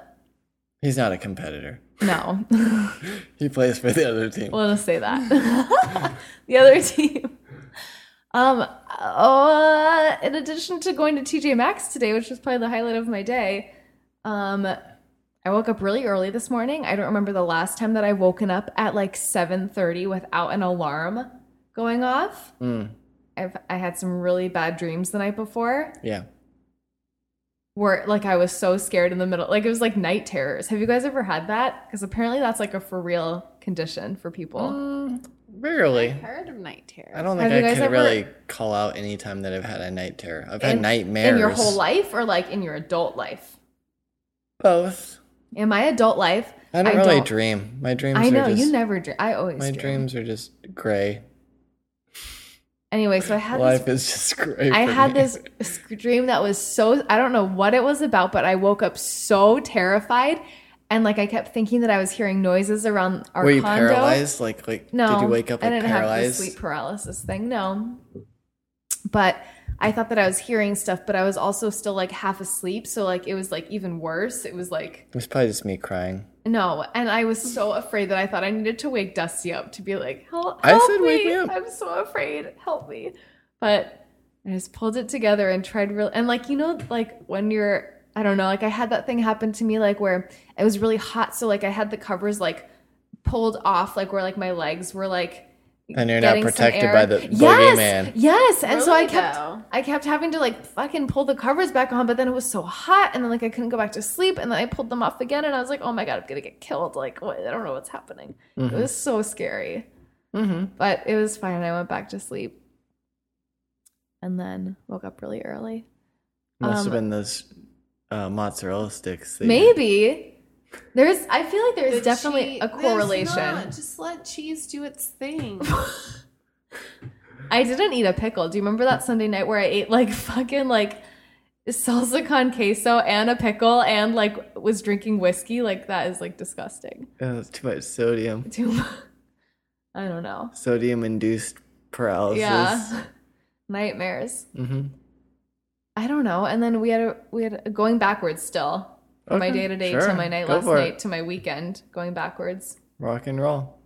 S1: He's not a competitor.
S2: no.
S1: He plays for the other team.
S2: we'll just say that. the other team. Um, uh, in addition to going to TJ Maxx today, which was probably the highlight of my day, um, I woke up really early this morning. I don't remember the last time that I've woken up at like 7:30 without an alarm going off.
S1: Mm,
S2: I've, I had some really bad dreams the night before
S1: yeah.
S2: where like I was so scared in the middle. Like it was like night terrors. Have you guys ever had that? Because apparently that's like a for real condition for people.
S1: Mm, rarely.
S3: I've heard of night terrors.
S1: I don't
S2: Have
S1: think
S2: you
S1: I
S2: guys
S1: could
S2: ever-
S1: really call out any time that I've had a night terror. I've had
S2: In-
S1: nightmares.
S2: in your whole life or like in your adult life.
S1: Both.
S2: In my adult life,
S1: I don't
S2: I
S1: really
S2: don't-
S1: dream. My dreams
S2: I know
S1: are just
S2: you never dream. I always
S1: my
S2: dream.
S1: dreams are just gray.
S2: Anyway, so I had this
S1: Life is just gray.
S2: I
S1: for
S2: had
S1: me.
S2: this sc- dream that was so I don't know what it was about, but I woke up so terrified and like I kept thinking that I was hearing noises around our
S1: Were you
S2: condo.
S1: paralyzed? Like like
S2: No,
S1: did you wake up
S2: I
S1: like
S2: didn't have
S1: paralyzed?
S2: the sleep paralysis thing. No, but I thought that I was hearing stuff, but I was also still like half asleep, so like it was like even worse. It was like
S1: It was probably just me crying.
S2: no, and I was so afraid that I thought I needed to wake Dusty up to be like, "Help!
S1: I
S2: help
S1: said,
S2: me.
S1: "Wake me up."
S2: I'm so afraid. Help me!" But I just pulled it together and tried real. And like you know, like when you're, I don't know, like I had that thing happen to me, like where it was really hot, so like I had the covers like pulled off, like where like my legs were like
S1: And you're not
S2: getting some
S1: protected
S2: air.
S1: by the
S2: yes,
S1: boogeyman.
S2: Yes, and so I
S3: Really,
S2: kept.
S3: though.
S2: I kept having to like fucking pull the covers back on, but then it was so hot, and then like I couldn't go back to sleep, and then I pulled them off again, and I was like, oh my god, I'm gonna get killed. Like, what? I don't know what's happening. It was so scary,
S1: Mm-hmm.
S2: but it was fine. I went back to sleep, and then woke up really early.
S1: Must have
S2: Um,
S1: been those uh, mozzarella sticks. that you-
S2: Maybe there's. I feel like there's
S3: The
S2: definitely
S3: chee-
S2: a
S3: there's
S2: correlation.
S3: not. Just let cheese do its thing.
S2: I didn't eat a pickle. Do you remember that Sunday night where I ate like fucking like salsa con queso and a pickle and like was drinking whiskey? Like that is like disgusting.
S1: Oh, it's too much sodium.
S2: Too mu- I don't know.
S1: Sodium induced paralysis.
S2: Yeah. Nightmares.
S1: Mm-hmm.
S2: I don't know. And then we had a we had a, going backwards still. From my
S1: Okay,
S2: day to day
S1: sure.
S2: to my night
S1: Go
S2: last
S1: for it.
S2: night to my weekend going backwards.
S1: Rock and roll.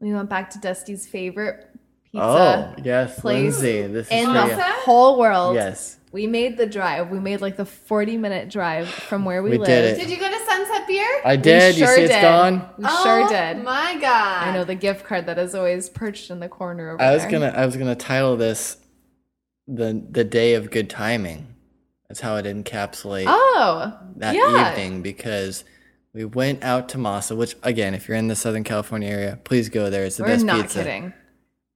S2: We went back to Dusty's favorite
S1: oh
S2: pizza
S1: yes,
S2: place
S1: Lindsay. This is
S2: in
S1: for
S2: the
S1: you.
S2: whole world.
S1: Yes.
S2: We made the drive. We made like the 40 minute drive from where we,
S1: We did
S2: lived.
S1: it.
S3: Did you go to Sunset Beer?
S1: I did.
S2: sure
S1: you see, it's
S2: did.
S1: gone.
S2: We
S3: oh,
S2: sure did.
S3: My God.
S2: I know the gift card that is always perched in the corner over
S1: I was
S2: there.
S1: gonna. I was gonna title this the the day of good timing. That's how it encapsulates
S2: Oh,
S1: that
S2: yeah.
S1: evening because we went out to Masa, which again, if you're in the Southern California area, please go there. It's the
S2: we're
S1: best
S2: not
S1: pizza.
S2: kidding.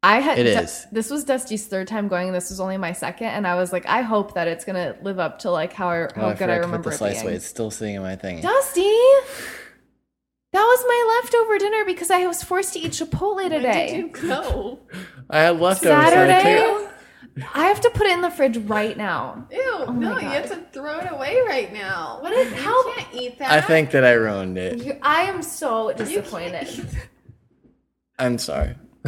S2: I had
S1: It
S2: Du-
S1: is.
S2: This was Dusty's third time going. and This was only my second, and I was like, I hope that it's gonna live up to like how I,
S1: Oh,
S2: how
S1: I
S2: good
S1: forgot
S2: I
S1: to put
S2: remember
S1: the
S2: it
S1: slice away.
S2: being.
S1: It's still sitting in my thing.
S2: Dusty, that was my leftover dinner because I was forced to eat Chipotle
S3: When
S2: today.
S3: did you go?
S1: I had leftovers. so I had to take-
S2: Saturday. I have to put it in the fridge right now.
S3: Ew, no,
S2: Oh my
S3: you
S2: God.
S3: have to throw it away right now. What is
S2: how-
S3: You can't eat that.
S1: I think that I ruined it.
S2: You, I am so
S3: You can't
S2: disappointed.
S3: eat that.
S1: I'm sorry.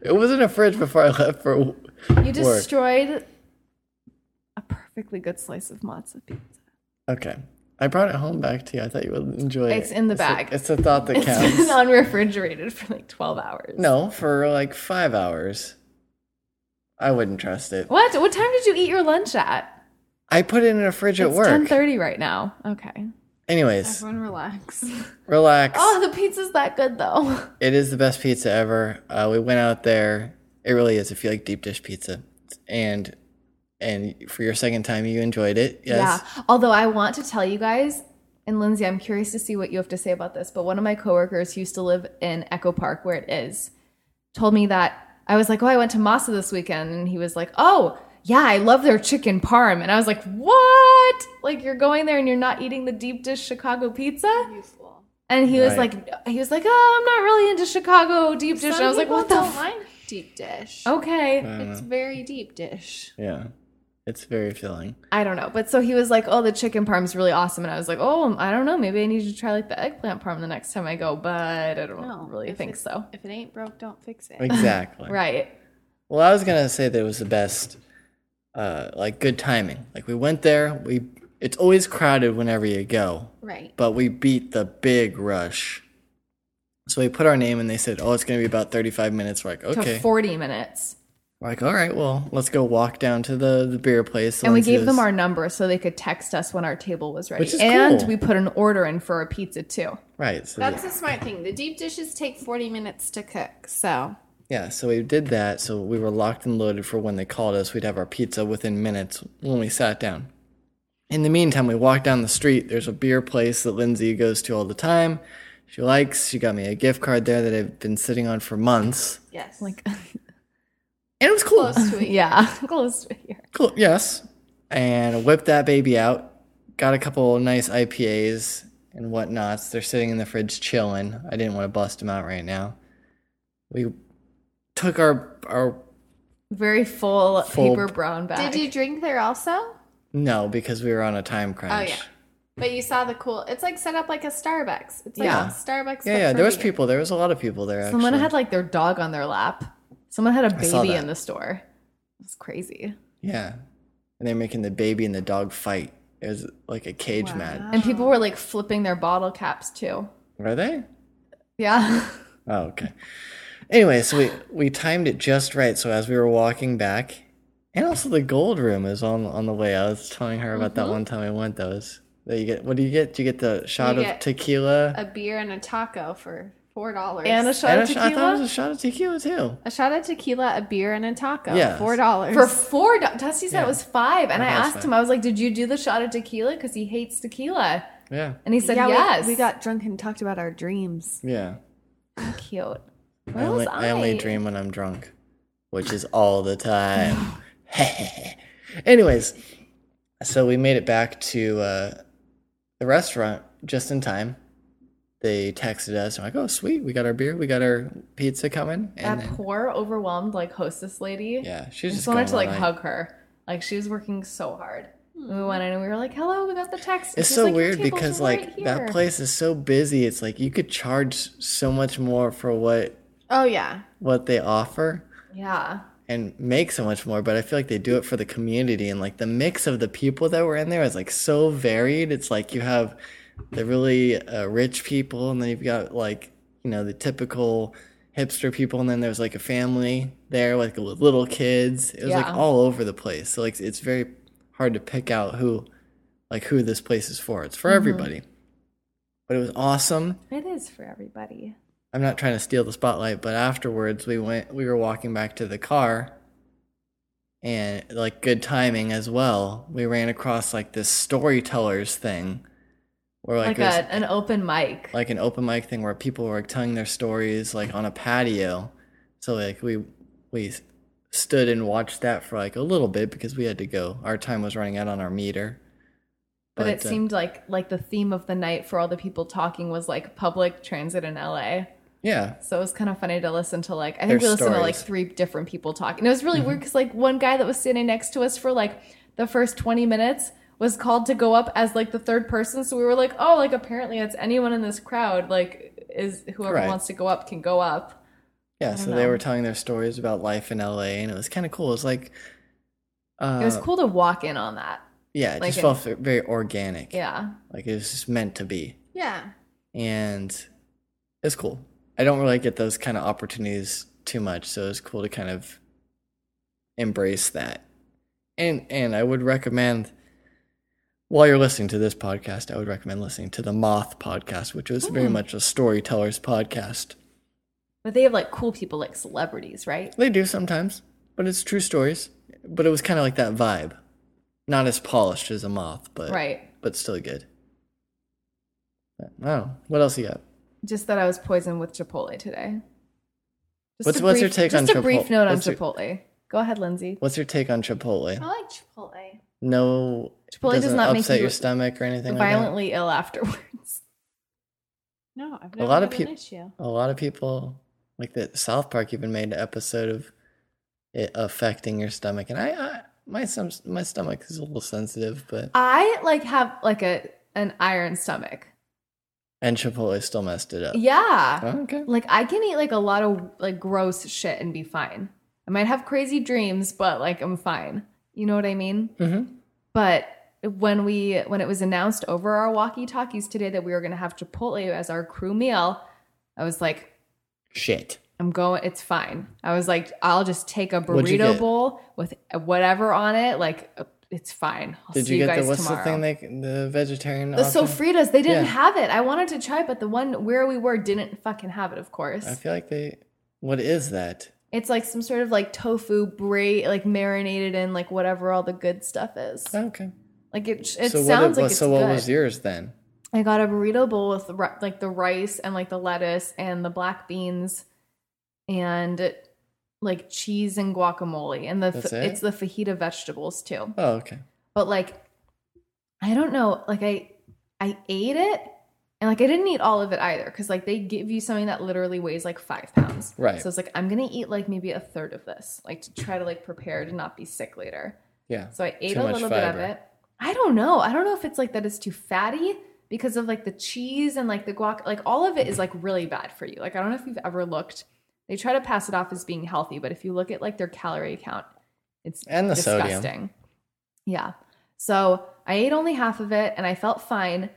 S1: it was in a fridge before I left for.
S2: You
S1: Work.
S2: destroyed a perfectly good slice of matzo pizza.
S1: Okay. I brought it home back to you. I thought you would enjoy it.
S2: It's in the
S1: a-
S2: bag.
S1: it's a thought that
S2: It's
S1: counts.
S2: been unrefrigerated for like 12 hours.
S1: No, for like five hours. I wouldn't trust it.
S2: What? What time did you eat your lunch at?
S1: I put it in a fridge at
S2: it's
S1: work.
S2: 10:30 right now. Okay.
S1: Anyways,
S3: Everyone relax.
S1: relax.
S2: Oh, the pizza's that good though.
S1: It is the best pizza ever. Uh, we went out there. It really is. If you like deep dish pizza, and and for your second time, you enjoyed it. Yes.
S2: Yeah. Although I want to tell you guys, and Lindsay, I'm curious to see what you have to say about this, but one of my coworkers who used to live in Echo Park, where it is, told me that I was like, Oh, I went to Masa this weekend. And he was like, Oh, yeah, I love their chicken parm. And I was like, What? Like, you're going there and you're not eating the deep dish Chicago pizza?
S3: Useful.
S2: And he was
S1: Right.
S2: like, He was like, Oh, I'm not really into Chicago deep dish.
S3: Some
S2: And I was like,
S3: people
S2: What the?
S3: don't
S2: F-? Oh.
S3: like deep dish.
S2: Okay.
S1: I don't
S3: It's
S1: know.
S3: very deep dish.
S1: yeah. It's very filling.
S2: I don't know. But so he was like, "Oh, the chicken parm's really awesome," and I was like, "Oh, I don't know. Maybe I need to try like the eggplant parm the next time I go." But I don't
S3: No,
S2: really
S3: if
S2: think
S3: it-
S2: so.
S3: If it ain't broke, don't fix it.
S1: Exactly.
S2: Right?
S1: Well, I was gonna say that it was the best, uh, like good timing. Like we went there. We it's always crowded whenever you go,
S3: Right.
S1: but we beat the big rush. So we put our name, and they said, "Oh, it's gonna be about thirty-five minutes." We're like,
S2: To
S1: "Okay,
S2: forty minutes.
S1: like, all right, well, let's go walk down to the, the beer place.
S2: And we
S1: Let's
S2: gave them
S1: just-
S2: our number so they could text us when our table was ready.
S1: Which is
S2: and
S1: cool.
S2: we put an order in for a pizza too.
S1: right. So
S3: That's a smart thing. The deep dishes take 40 minutes to cook. So,
S1: yeah, so we did that. So we were locked and loaded for when they called us. We'd have our pizza within minutes when we sat down. In the meantime, we walked down the street. There's a beer place that Lindsay goes to all the time. She likes. She got me a gift card there that I've been sitting on for months.
S3: yes.
S2: Like,
S1: And it was cool.
S3: close to it.
S2: yeah, close to here.
S1: Cool. Yes. And whipped that baby out. Got a couple nice IPAs and whatnots. They're sitting in the fridge chilling. I didn't want to bust them out right now. We took our our
S2: Very full,
S1: Full-
S2: paper brown bag.
S3: Did you drink there also?
S1: no because we were on a time crunch.
S3: yeah. But you saw the cool. It's like set up like a Starbucks. It's like
S1: Yeah.
S3: a Starbucks.
S1: Yeah,
S3: but
S1: yeah.
S3: for
S1: There was
S3: beer.
S1: people. There was a lot of people there.
S2: Someone
S1: actually.
S2: had like their dog on their lap. Someone had a
S1: saw
S2: baby
S1: that.
S2: in the store. It's crazy.
S1: yeah, and they're making the baby and the dog fight. It was like a cage match.
S2: And people were like flipping their bottle caps too.
S1: Were they?
S2: Yeah.
S1: Oh, okay. Anyway, so we we timed it just right. So as we were walking back, and also the gold room is on on the way. I was telling her about that one time I went. Those that you get. What do you get? Do you get the shot
S3: You
S1: of
S3: get
S1: tequila?
S3: A beer and a taco for four dollars.
S2: and a
S3: shot
S2: shot
S1: And a
S2: of
S1: sh- I
S2: tequila
S1: thought it was a shot of tequila too.
S3: a shot of tequila, a beer and a taco.
S2: Oh,
S1: Yes.
S3: Four dollars.
S2: for four. Do- Dusty said
S1: Yeah.
S2: it was five, and I
S1: thought it was
S2: asked
S1: five.
S2: him. I was like, "Did you do the shot of tequila? Because he hates tequila."
S1: Yeah,
S2: And he said,
S3: yeah, we-
S2: "Yes."
S3: We, got drunk and talked about our dreams.
S1: yeah.
S2: cute.
S1: I
S2: Where
S1: only,
S2: was
S1: I
S2: I?
S1: only dream when I'm drunk, which is all the time. Anyways, so we made it back to uh, the restaurant just in time. They texted us. I'm like, oh, sweet. We got our beer. We got our pizza coming. And
S2: That
S1: then,
S2: poor, overwhelmed, like hostess lady.
S1: yeah, she
S2: I
S1: was
S2: just
S1: just
S2: wanted to
S1: going
S2: like
S1: all night.
S2: hug her. Like she was working so hard. And we went in and we were like, "Hello, we got the text." And
S1: It's
S2: she's
S1: so
S2: like, "Your
S1: weird
S2: tables
S1: because
S2: are
S1: like
S2: right
S1: that
S2: here."
S1: place is so busy. It's like you could charge so much more for what
S3: Oh yeah.
S1: what they offer.
S2: Yeah.
S1: and make so much more but i feel like they do it for the community and like the mix of the people that were in there is like so varied it's like you have the really uh, rich people and then you've got like you know the typical hipster people and then there's like a family there like with little kids it was like
S2: Yeah.
S1: all over the place so like it's very hard to pick out who like who this place is for it's for everybody but it was awesome
S2: It is for everybody.
S1: I'm not trying to steal the spotlight, but afterwards we went we were walking back to the car and like good timing as well. We ran across like this storytellers thing where like
S2: Like,
S1: it was,
S2: a, an open mic.
S1: like an open mic thing where people were like, telling their stories like on a patio. So like we we stood and watched that for like a little bit because we had to go. Our time was running out on our meter.
S2: but, it
S1: uh,
S2: seemed like like the theme of the night for all the people talking was like public transit in LA.
S1: yeah,
S2: So it was kind of funny to listen to like I think
S1: Their
S2: we listened to
S1: stories.
S2: like
S1: Mm-hmm.
S2: three different people talking. And it was really weird because like one guy that was sitting next to us for like the first twenty minutes was called to go up as like the third person. So we were like, oh, like apparently it's anyone in this crowd like is whoever
S1: Right.
S2: wants to go up can go up.
S1: yeah. So they were telling their stories about life in LA, and it was kind of cool. It was like uh,
S2: it was cool to walk in on that.
S1: Yeah, it
S2: Like
S1: just
S2: it-
S1: felt fe- very organic.
S2: Yeah.
S1: Like it was just meant to be.
S3: Yeah.
S1: And it's cool. I don't really get those kind of opportunities too much, so it's cool to kind of embrace that. And and I would recommend while you're listening to this podcast, I would recommend listening to the Moth podcast, which was
S2: Hmm.
S1: very much a storyteller's podcast.
S2: But they have like cool people like celebrities, right?
S1: They do sometimes, but it's true stories. But it was kind of like that vibe. Not as polished as a moth, but
S2: Right.
S1: but still good. Oh, what else you got?
S2: Just that I was poisoned with Chipotle today. Just
S1: What's-
S2: a
S1: what's your
S2: brief-
S1: take on
S2: just a brief
S1: Chipotle?
S2: note
S1: What's
S2: on
S1: your-
S2: Chipotle? Go ahead, Lindsay.
S1: What's your take on Chipotle?
S3: I like Chipotle.
S1: No,
S2: Chipotle does
S1: doesn't
S2: not make
S1: upset
S2: you
S1: your stomach or anything. Like
S2: Violently ill afterwards.
S3: No, I've
S1: that? A
S3: never
S1: lot of
S3: had an
S1: people.
S3: issue.
S1: A lot of people like that. South Park even made an episode of it affecting your stomach, and I, I my some my stomach is a little sensitive, but
S2: I like have like a an iron stomach.
S1: and Chipotle still messed it up.
S2: Yeah.
S1: Okay.
S2: Like I can eat like a lot of like gross shit and be fine. I might have crazy dreams, but like I'm fine. You know what I mean?
S1: hmm
S2: But when we when it was announced over our walkie-talkies today that we were going to have Chipotle as our crew meal, I was like,
S1: Shit.
S2: I'm going. It's fine. I was like, I'll just take a
S1: What'd you
S2: burrito
S1: get?
S2: bowl with whatever on it. Like, uh, it's fine. I'll
S1: Did
S2: see
S1: you get
S2: guys
S1: the what's
S2: tomorrow.
S1: the thing they the vegetarian?
S2: The
S1: option?
S2: sofritas, they didn't
S1: Yeah.
S2: have it. I wanted to try, but the one where we were didn't fucking have it, of course.
S1: I feel like they. What is that?
S2: It's like some sort of like tofu bra like marinated in like whatever all the good stuff is.
S1: Oh, okay.
S2: Like it, it
S1: so
S2: sounds
S1: what,
S2: like it's
S1: so
S2: good.
S1: what was yours then?
S2: I got a burrito bowl with ri- like the rice and like the lettuce and the black beans and like cheese and guacamole and the
S1: That's
S2: fa-
S1: it?
S2: it's the fajita vegetables too.
S1: Oh, okay.
S2: But like I don't know, like I I ate it and like I didn't eat all of it either cuz like they give you something that literally weighs like 5 pounds.
S1: Right.
S2: So it's like I'm going to eat like maybe a third of this, like to try to like prepare to not be sick later.
S1: Yeah.
S2: So I ate
S1: Too
S2: a
S1: much
S2: little
S1: fiber.
S2: bit of it. I don't know. I don't know if it's like that it's too fatty because of like the cheese and like the guac. Like all of it is like really bad for you. Like I don't know if you've ever looked. They try to pass it off as being healthy, but if you look at like their calorie count, it's
S1: And the sodium.
S2: disgusting. Yeah. So I ate only half of it and I felt fine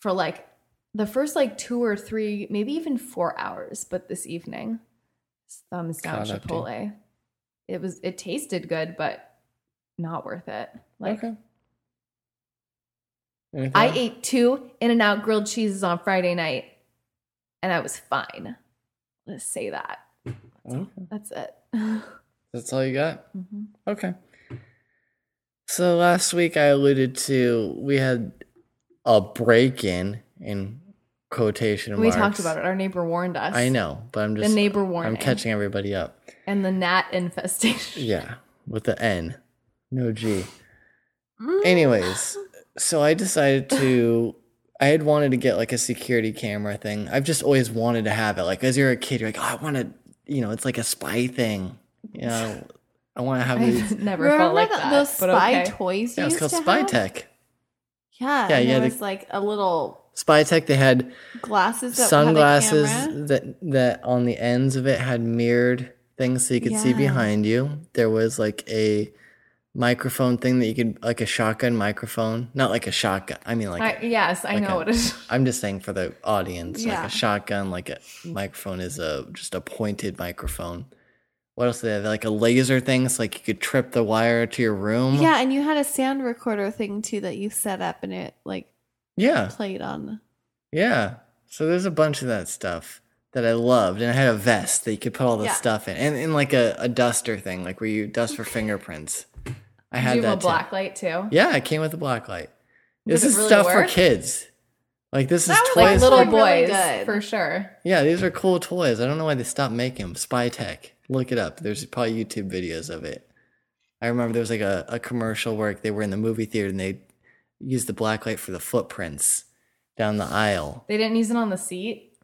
S2: for like the first like two or three, maybe even four hours. But this evening, thumbs down
S1: Caught up to you.
S2: Chipotle. It was it tasted good, but not worth it. Like
S1: okay. Anything
S2: I
S1: else?
S2: ate two In and Out grilled cheeses on Friday night, and I was fine. Let's say that.
S1: Okay.
S2: That's it. Mhm.
S1: That's all you got.
S2: Mm-hmm.
S1: Okay. So last week I alluded to we had a break in in quotation
S2: We
S1: marks.
S2: talked about it. Our neighbor warned us.
S1: I know, but I'm
S2: The
S1: just
S2: neighbor warning.
S1: I'm catching everybody up.
S2: And the gnat infestation.
S1: Yeah, with the N, no G.
S3: Mm.
S1: Anyways, so I decided to. I had wanted to get like a security camera thing. I've just always wanted to have it. Like as you're a kid, you're like, oh, I want to. You know, it's like a spy thing. You know, I want to have these.
S2: I've never felt
S3: Remember
S2: like
S3: the-
S2: that.
S3: those
S2: but
S3: spy
S2: okay.
S3: toys? You
S1: Yeah, it's
S3: used
S1: called
S3: to
S1: Spy
S3: have?
S1: Tech.
S3: Yeah,
S1: Yeah,
S3: and
S1: you
S3: there
S1: had
S3: was
S1: to-
S3: like a little
S1: Spy Tech. They had
S3: glasses that
S1: sunglasses
S3: Had a camera.
S1: that that on the ends of it had mirrored things so you could see
S3: Yeah.
S1: behind you. There was like a microphone thing that you could like a shotgun microphone, not like a shotgun. I mean like
S2: I, yes, I
S1: like
S2: know
S1: a-
S2: what it is.
S1: I'm just saying for the audience,
S3: Yeah.
S1: like a shotgun, like a microphone is a just a pointed microphone. What else do they have? Like a laser thing, so like you could trip the wire to your room.
S3: Yeah, and you had a sound recorder thing too that you set up and it like
S1: yeah,
S3: played on.
S1: yeah. So there's a bunch of that stuff that I loved, and I had a vest that you could put all the
S3: Yeah.
S1: stuff in, and, and like a, a duster thing, like where you dust for fingerprints. I
S2: Do
S1: had
S2: you
S1: that
S2: have a
S1: too.
S2: black light too?
S1: Yeah, it came with a black light. This
S2: Does it
S1: is
S2: really
S1: stuff
S2: work?
S1: for kids. Like this is
S3: That was, like,
S1: toys.
S2: Like little
S3: Those were really
S2: boys,
S3: good.
S2: for sure.
S1: Yeah, these are cool toys. I don't know why they stopped making them. Spy Tech. Look it up. There's probably YouTube videos of it. I remember there was like a, a commercial where they were in the movie theater and they used the black light for the footprints down the aisle.
S2: They didn't use it on the seat.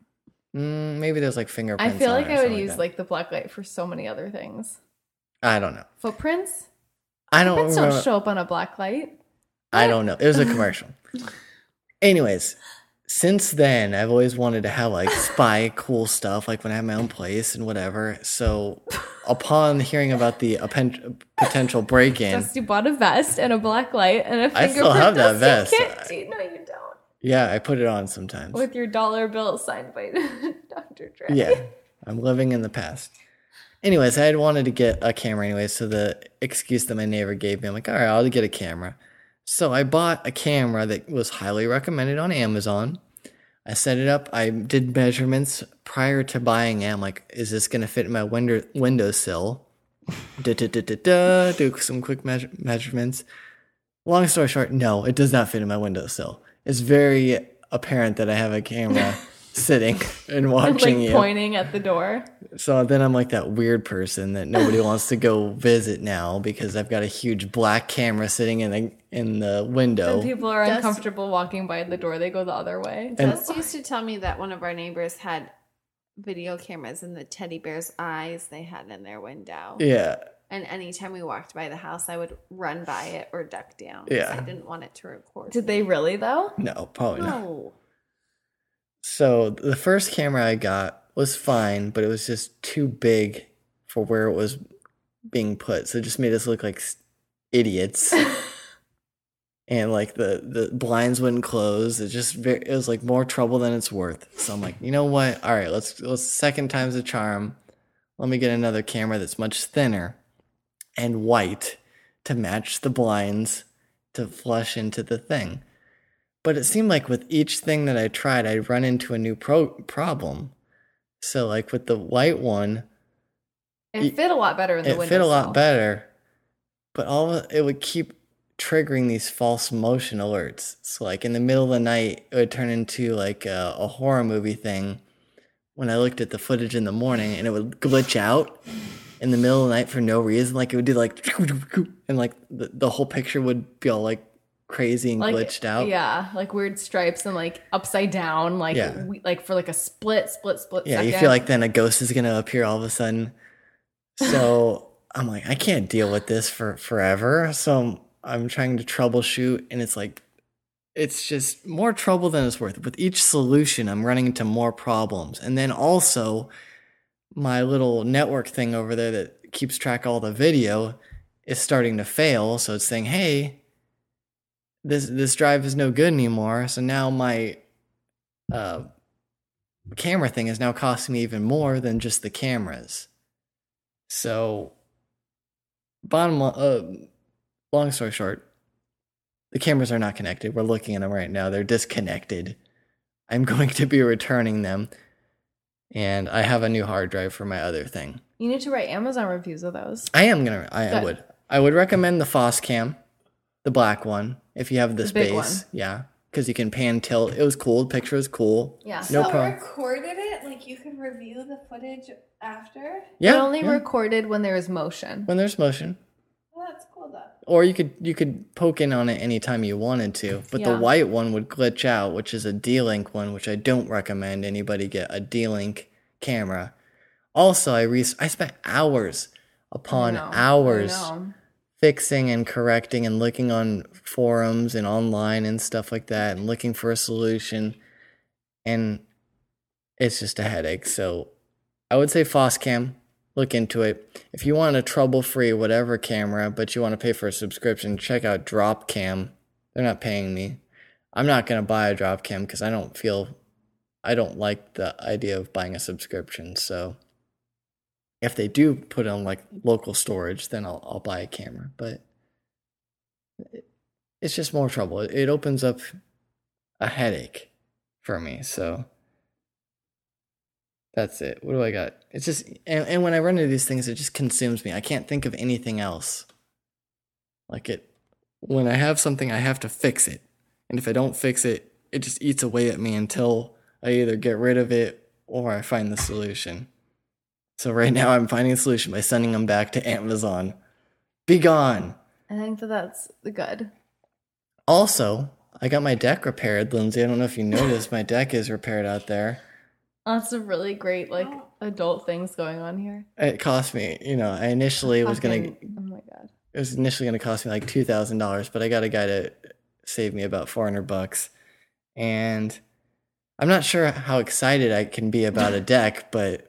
S1: Mm, maybe there's like
S2: I
S1: fingerprints.
S2: feel
S1: on it
S2: like
S1: or
S2: I would
S1: something
S2: use
S1: that.
S2: like the black light for so many other things.
S1: I don't know.
S2: Footprints?
S1: I don't
S2: Footprints don't
S1: remember.
S2: show up on a black light.
S1: I don't know. It was a commercial. Anyways, since then, I've always wanted to have like spy cool stuff, like when I have my own place and whatever. So, upon hearing about the appen- potential break in,
S2: Just you bought a vest and a black light and a
S1: I
S2: fingerprint.
S1: still have that
S2: dusting
S1: vest.
S2: Kit. no, you don't.
S1: Yeah, I put it on sometimes.
S2: With your dollar bill signed by Dr. Dre.
S1: yeah, I'm living in the past. Anyways, I had wanted to get a camera anyway, so the excuse that my neighbor gave me, I'm like, all right, I'll get a camera. So I bought a camera that was highly recommended on Amazon. I set it up. I did measurements prior to buying it. I'm like, is this going to fit in my window windowsill? da, da, da, da, da, do some quick measure- measurements. Long story short, no, it does not fit in my windowsill. It's very apparent that I have a camera sitting and
S2: Like
S1: watching you.
S2: pointing at the door.
S1: So then I'm like that weird person that nobody wants to go visit now because I've got a huge black camera sitting in the in the
S2: When
S1: window.
S2: people are
S3: Dust-
S2: uncomfortable walking by the door, they go the other way.
S1: And-
S3: Just used to tell me that one of our neighbors had video cameras and the teddy bear's eyes they had in their window.
S1: Yeah,
S3: And anytime we walked by the house, I would run by it or duck down. 'cause
S1: Yeah. Oh,
S3: I didn't want it to record.
S2: Did they really though?
S1: no, probably not.
S3: No.
S1: So the first camera I got was fine, but it was just too big for where it was being put. So it just made us look like s- idiots. and like the the blinds wouldn't close. It just ve- it was like more trouble than it's worth. So I'm like, you know what? All right, let's let's second time's a charm. Let me get another camera that's much thinner and white to match the blinds to flush into the thing. But it seemed like with each thing that I tried, I'd run into a new pro- problem. So like with the white one,
S2: It fit a lot better in the
S1: it
S2: window.
S1: fit a lot better, but all of- it would keep triggering these false motion alerts. So like in the middle of the night, it would turn into like a, a horror movie thing. When I looked at the footage in the morning, and it would glitch out in the middle of the night for no reason, like it would do like and like the, the whole picture would be all like crazy and
S2: Like,
S1: glitched out.
S2: Yeah, like weird stripes and like upside down, like
S1: Yeah.
S2: we, like for like a split, split, split.
S1: Yeah, you
S2: second.
S1: feel like then a ghost is gonna appear all of a sudden. So I'm like, I can't deal with this for forever. So I'm, I'm trying to troubleshoot, and it's like, it's just more trouble than it's worth. With each solution, I'm running into more problems, and then also my little network thing over there that keeps track of all the video is starting to fail. So it's saying, hey. This this drive is no good anymore. So now my uh, camera thing is now costing me even more than just the cameras. So, bottom li- uh, long story short, the cameras are not connected. We're looking at them right now. They're disconnected. I'm going to be returning them, and I have a new hard drive for my other thing.
S2: you need to write Amazon reviews of those.
S1: I am gonna. I, I
S2: Good.
S1: would. I would recommend the Foscam, the black one, if you have the,
S2: The
S1: space.
S2: big one.
S1: Yeah, because you can pan tilt. It was cool. The picture was cool.
S2: Yeah.
S1: No
S3: so
S1: problem.
S3: recorded it. Like you can review the footage after.
S2: I
S1: Yeah.
S2: only
S1: yeah.
S2: recorded when there was motion.
S1: when there's motion.
S3: Well, that's cool though.
S1: or you could you could poke in on it anytime you wanted to but the
S2: Yeah.
S1: white one would glitch out which is a d-link one which i don't recommend anybody get a d-link camera also i re- i spent hours upon
S2: I know, I
S1: hours
S2: know.
S1: fixing and correcting and looking on forums and online and stuff like that and looking for a solution and it's just a headache so i would say foscam look into it if you want a trouble-free whatever camera but you want to pay for a subscription check out dropcam they're not paying me i'm not going to buy a dropcam because i don't feel i don't like the idea of buying a subscription so if they do put on like local storage, then I'll I'll buy a camera. But it- it's just more trouble. It, it opens up a headache for me. So that's it. What do I got? It's just and, and when I run into these things, it just consumes me. I can't think of anything else. Like it when I have something, I have to fix it. And if I don't fix it, it just eats away at me until I either get rid of it or I find the solution. So right now I'm finding a solution by sending them back to Amazon. Be gone.
S2: I think that that's good.
S1: Also, I got my deck repaired, Lindsay. I don't know if you noticed, my deck is repaired out there.
S2: Lots of really great like adult things going on here.
S1: It cost me, you know, I initially was gonna
S2: Fucking- Oh my god.
S1: it was initially gonna cost me like two thousand dollars, but I got a guy to save me about four hundred bucks. And I'm not sure how excited I can be about a deck, but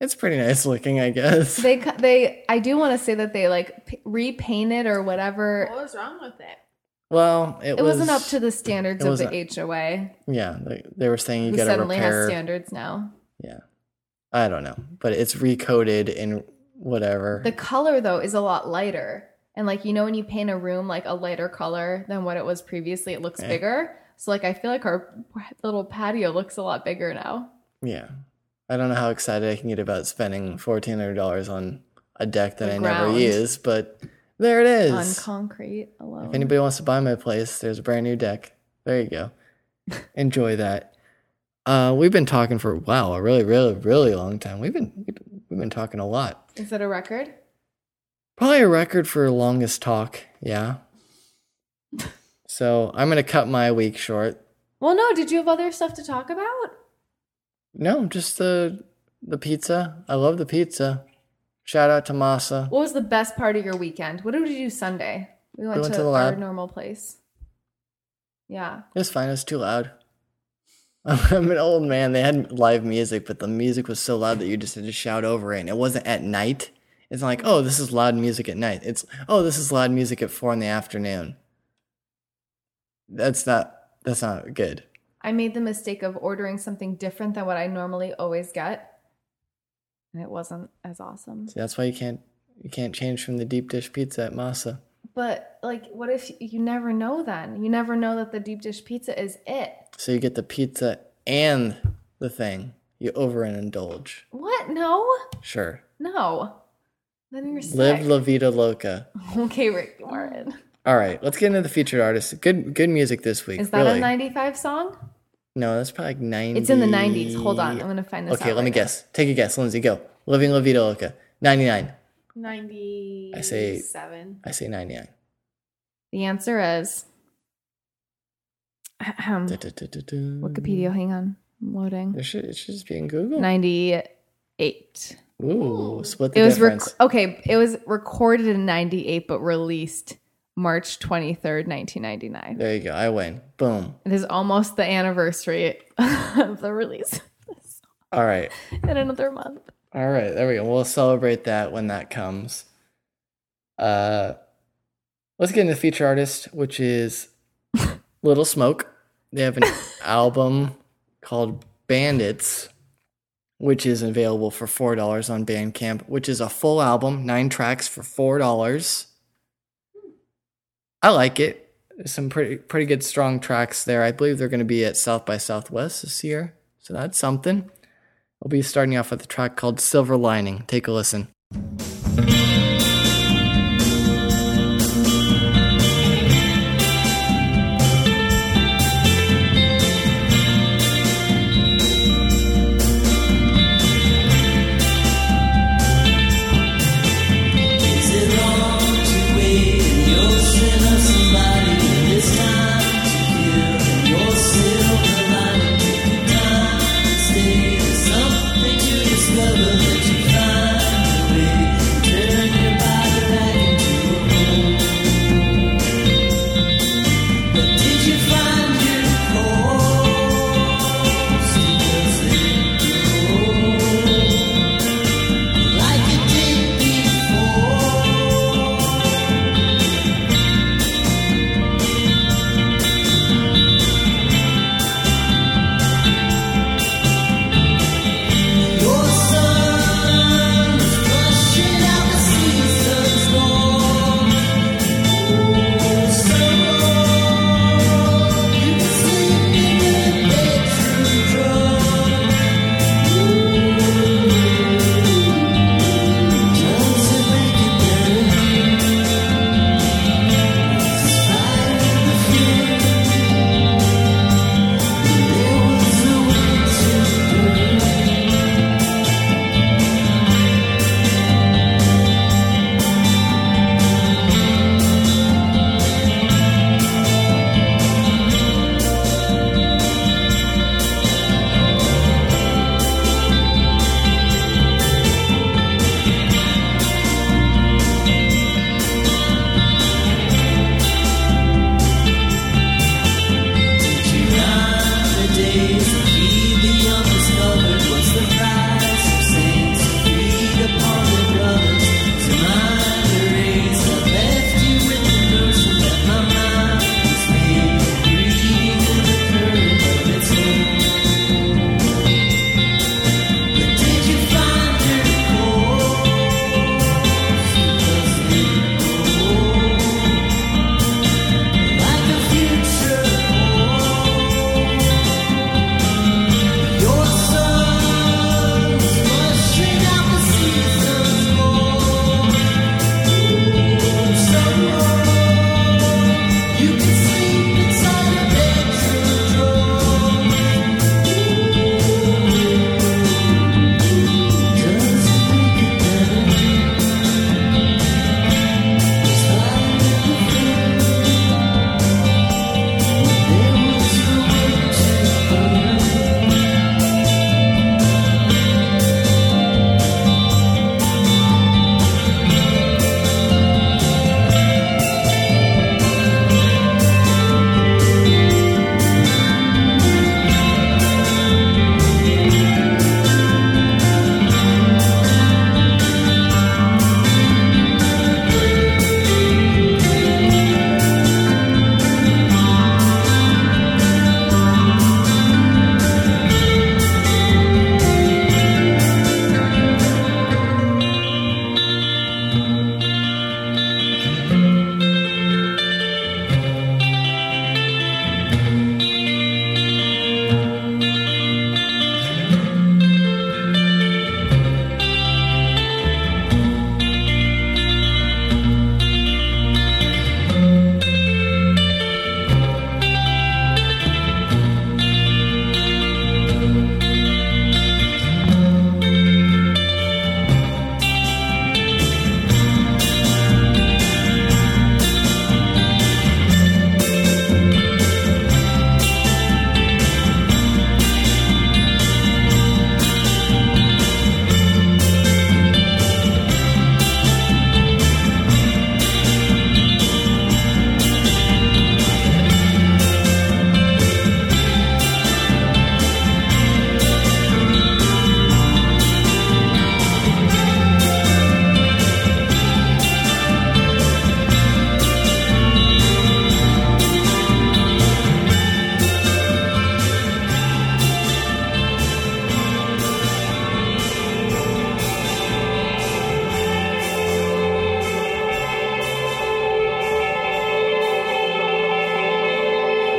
S1: it's pretty nice looking, I guess.
S2: They cu- they I do want to say that they like p- repainted or whatever.
S3: What was wrong with it?
S1: well, it,
S2: It,
S1: was,
S2: wasn't up to the standards
S1: it
S2: of the
S1: wasn't-
S2: HOA.
S1: yeah. They, they were saying you
S2: who
S1: got to
S2: suddenly
S1: repair.
S2: has standards now.
S1: I don't know, but it's recoded in whatever.
S2: The color though is a lot lighter. And like you know when you paint a room like a lighter color than what it was previously, it looks
S1: Yeah.
S2: bigger. So like I feel like our little patio looks a lot bigger now.
S1: yeah, I don't know how excited I can get about spending fourteen hundred dollars on a deck that
S2: The
S1: I never
S2: ground.
S1: use, but there it is.
S2: On concrete alone.
S1: If anybody wants to buy my place, there's a brand new deck. There you go. Enjoy that. Uh, we've been talking for wow, a really, really, really long time. We've been we've been talking a lot.
S2: is that a record?
S1: Probably a record for longest talk. Yeah. So I'm gonna cut my week short.
S2: Well no, did you have other stuff to talk about?
S1: No, just the the pizza. I love the pizza. Shout out to Masa.
S2: What was the best part of your weekend? What did you do Sunday? We went, to,
S1: the
S2: our
S1: lab.
S2: normal place. Yeah.
S1: It's fine. It's too loud. I'm an old man. They had live music, but the music was so loud that you just had to shout over it. And it wasn't at night. It's not like, oh, this is loud music at night. It's, oh, this is loud music at four in the afternoon. That's not that's not good.
S2: I made the mistake of ordering something different than what I normally always get, and it wasn't as awesome.
S1: See, that's why you can't you can't change from the deep dish pizza at Masa.
S2: But like, what if you never know? Then you never know that the deep dish pizza is it.
S1: So you get the pizza and the thing. You overindulge.
S2: What? No,
S1: Sure.
S2: no. Then you're sick.
S1: Live La Vida Loca.
S2: okay, Rick Warren.
S1: All right, let's get into the featured artists. Good good music this week.
S2: Is that
S1: really.
S2: a '95 song?
S1: No, that's probably like 90.
S2: It's in the '90s. Hold on, I'm gonna find this.
S1: Okay,
S2: out
S1: let me
S2: right now.
S1: guess. Take a guess, Lindsay. Go. Living La Vida Loca. 99.
S3: 90
S1: I say-
S3: seven.
S1: I say 99.
S2: The answer is. Ahem.
S1: Du-du-du-du-du.
S2: Wikipedia. Hang on, I'm loading.
S1: There should, it should just be in Google.
S2: '98.
S1: Ooh, split the
S2: It was
S1: difference.
S2: rec- okay. It was recorded in '98, but released March 23rd, 1999.
S1: there you go. I win. Boom.
S2: It is almost the anniversary of the release
S1: All right.
S2: in another month.
S1: All right. There we go. We'll celebrate that when that comes. Uh, let's get into the feature artist, which is Little Smoke. They have an album called Bandits, which is available for four dollars on Bandcamp, which is a full album, nine tracks for four dollars. I like it. There's some pretty pretty good strong tracks there. I believe they're going to be at South by Southwest this year, so that's something. We'll be starting off with a track called Silver Lining. Take a listen.
S4: Something to discover that you find a way to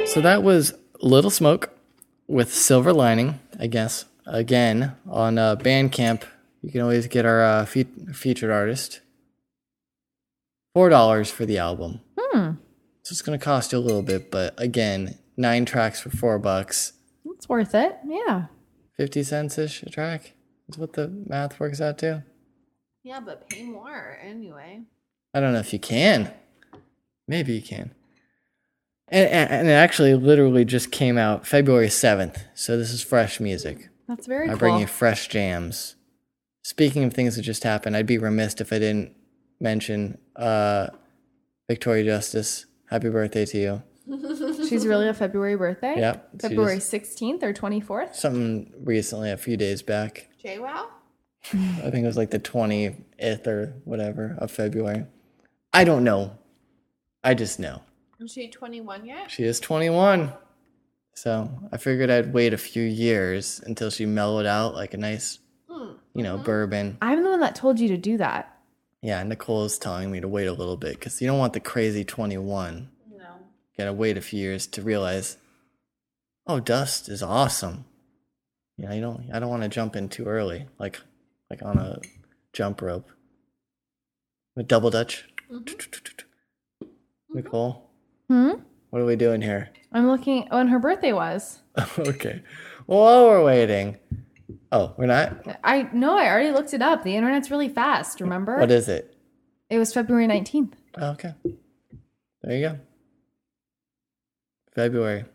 S1: So that was Little Smoke with Silver Lining, I guess. Again, on uh, Bandcamp, you can always get our uh, fe- featured artist. $4 for the album. So it's going to cost you a little bit, but again, nine tracks for four bucks.
S2: It's worth it. Yeah.
S1: 50 cents ish a track is what the math works out to.
S3: Yeah, but pay more anyway.
S1: I don't know if you can. Maybe you can. And, and, and it actually literally just came out February 7th. So this is fresh music.
S2: That's very
S1: I
S2: cool.
S1: bring you fresh jams. Speaking of things that just happened, I'd be remiss if I didn't mention uh, Victoria Justice. Happy birthday to you.
S2: She's really a February birthday.
S1: Yep, she
S2: February
S1: is.
S2: 16th or 24th.
S1: Something recently, a few days back.
S3: Jay Wow?
S1: I think it was like the 20th or whatever of February. I don't know. I just know.
S3: Is she 21 yet?
S1: She is 21. So I figured I'd wait a few years until she mellowed out like a nice, you know, bourbon.
S2: I'm the one that told you to do that.
S1: Yeah, Nicole's telling me to wait a little bit because you don't want the crazy 21.
S3: No.
S1: gotta wait a few years to realize, oh, dust is awesome. You know, you don't. I don't want to jump in too early, like like on a jump rope. With double dutch. Nicole,
S2: Hmm?
S1: what are we doing here?
S2: I'm looking when her birthday was.
S1: okay. Well, while we're waiting. Oh, we're not.
S2: I no, I already looked it up. The internet's really fast, remember?
S1: What is it?
S2: it was February 19th.
S1: Oh, okay. There you go. February.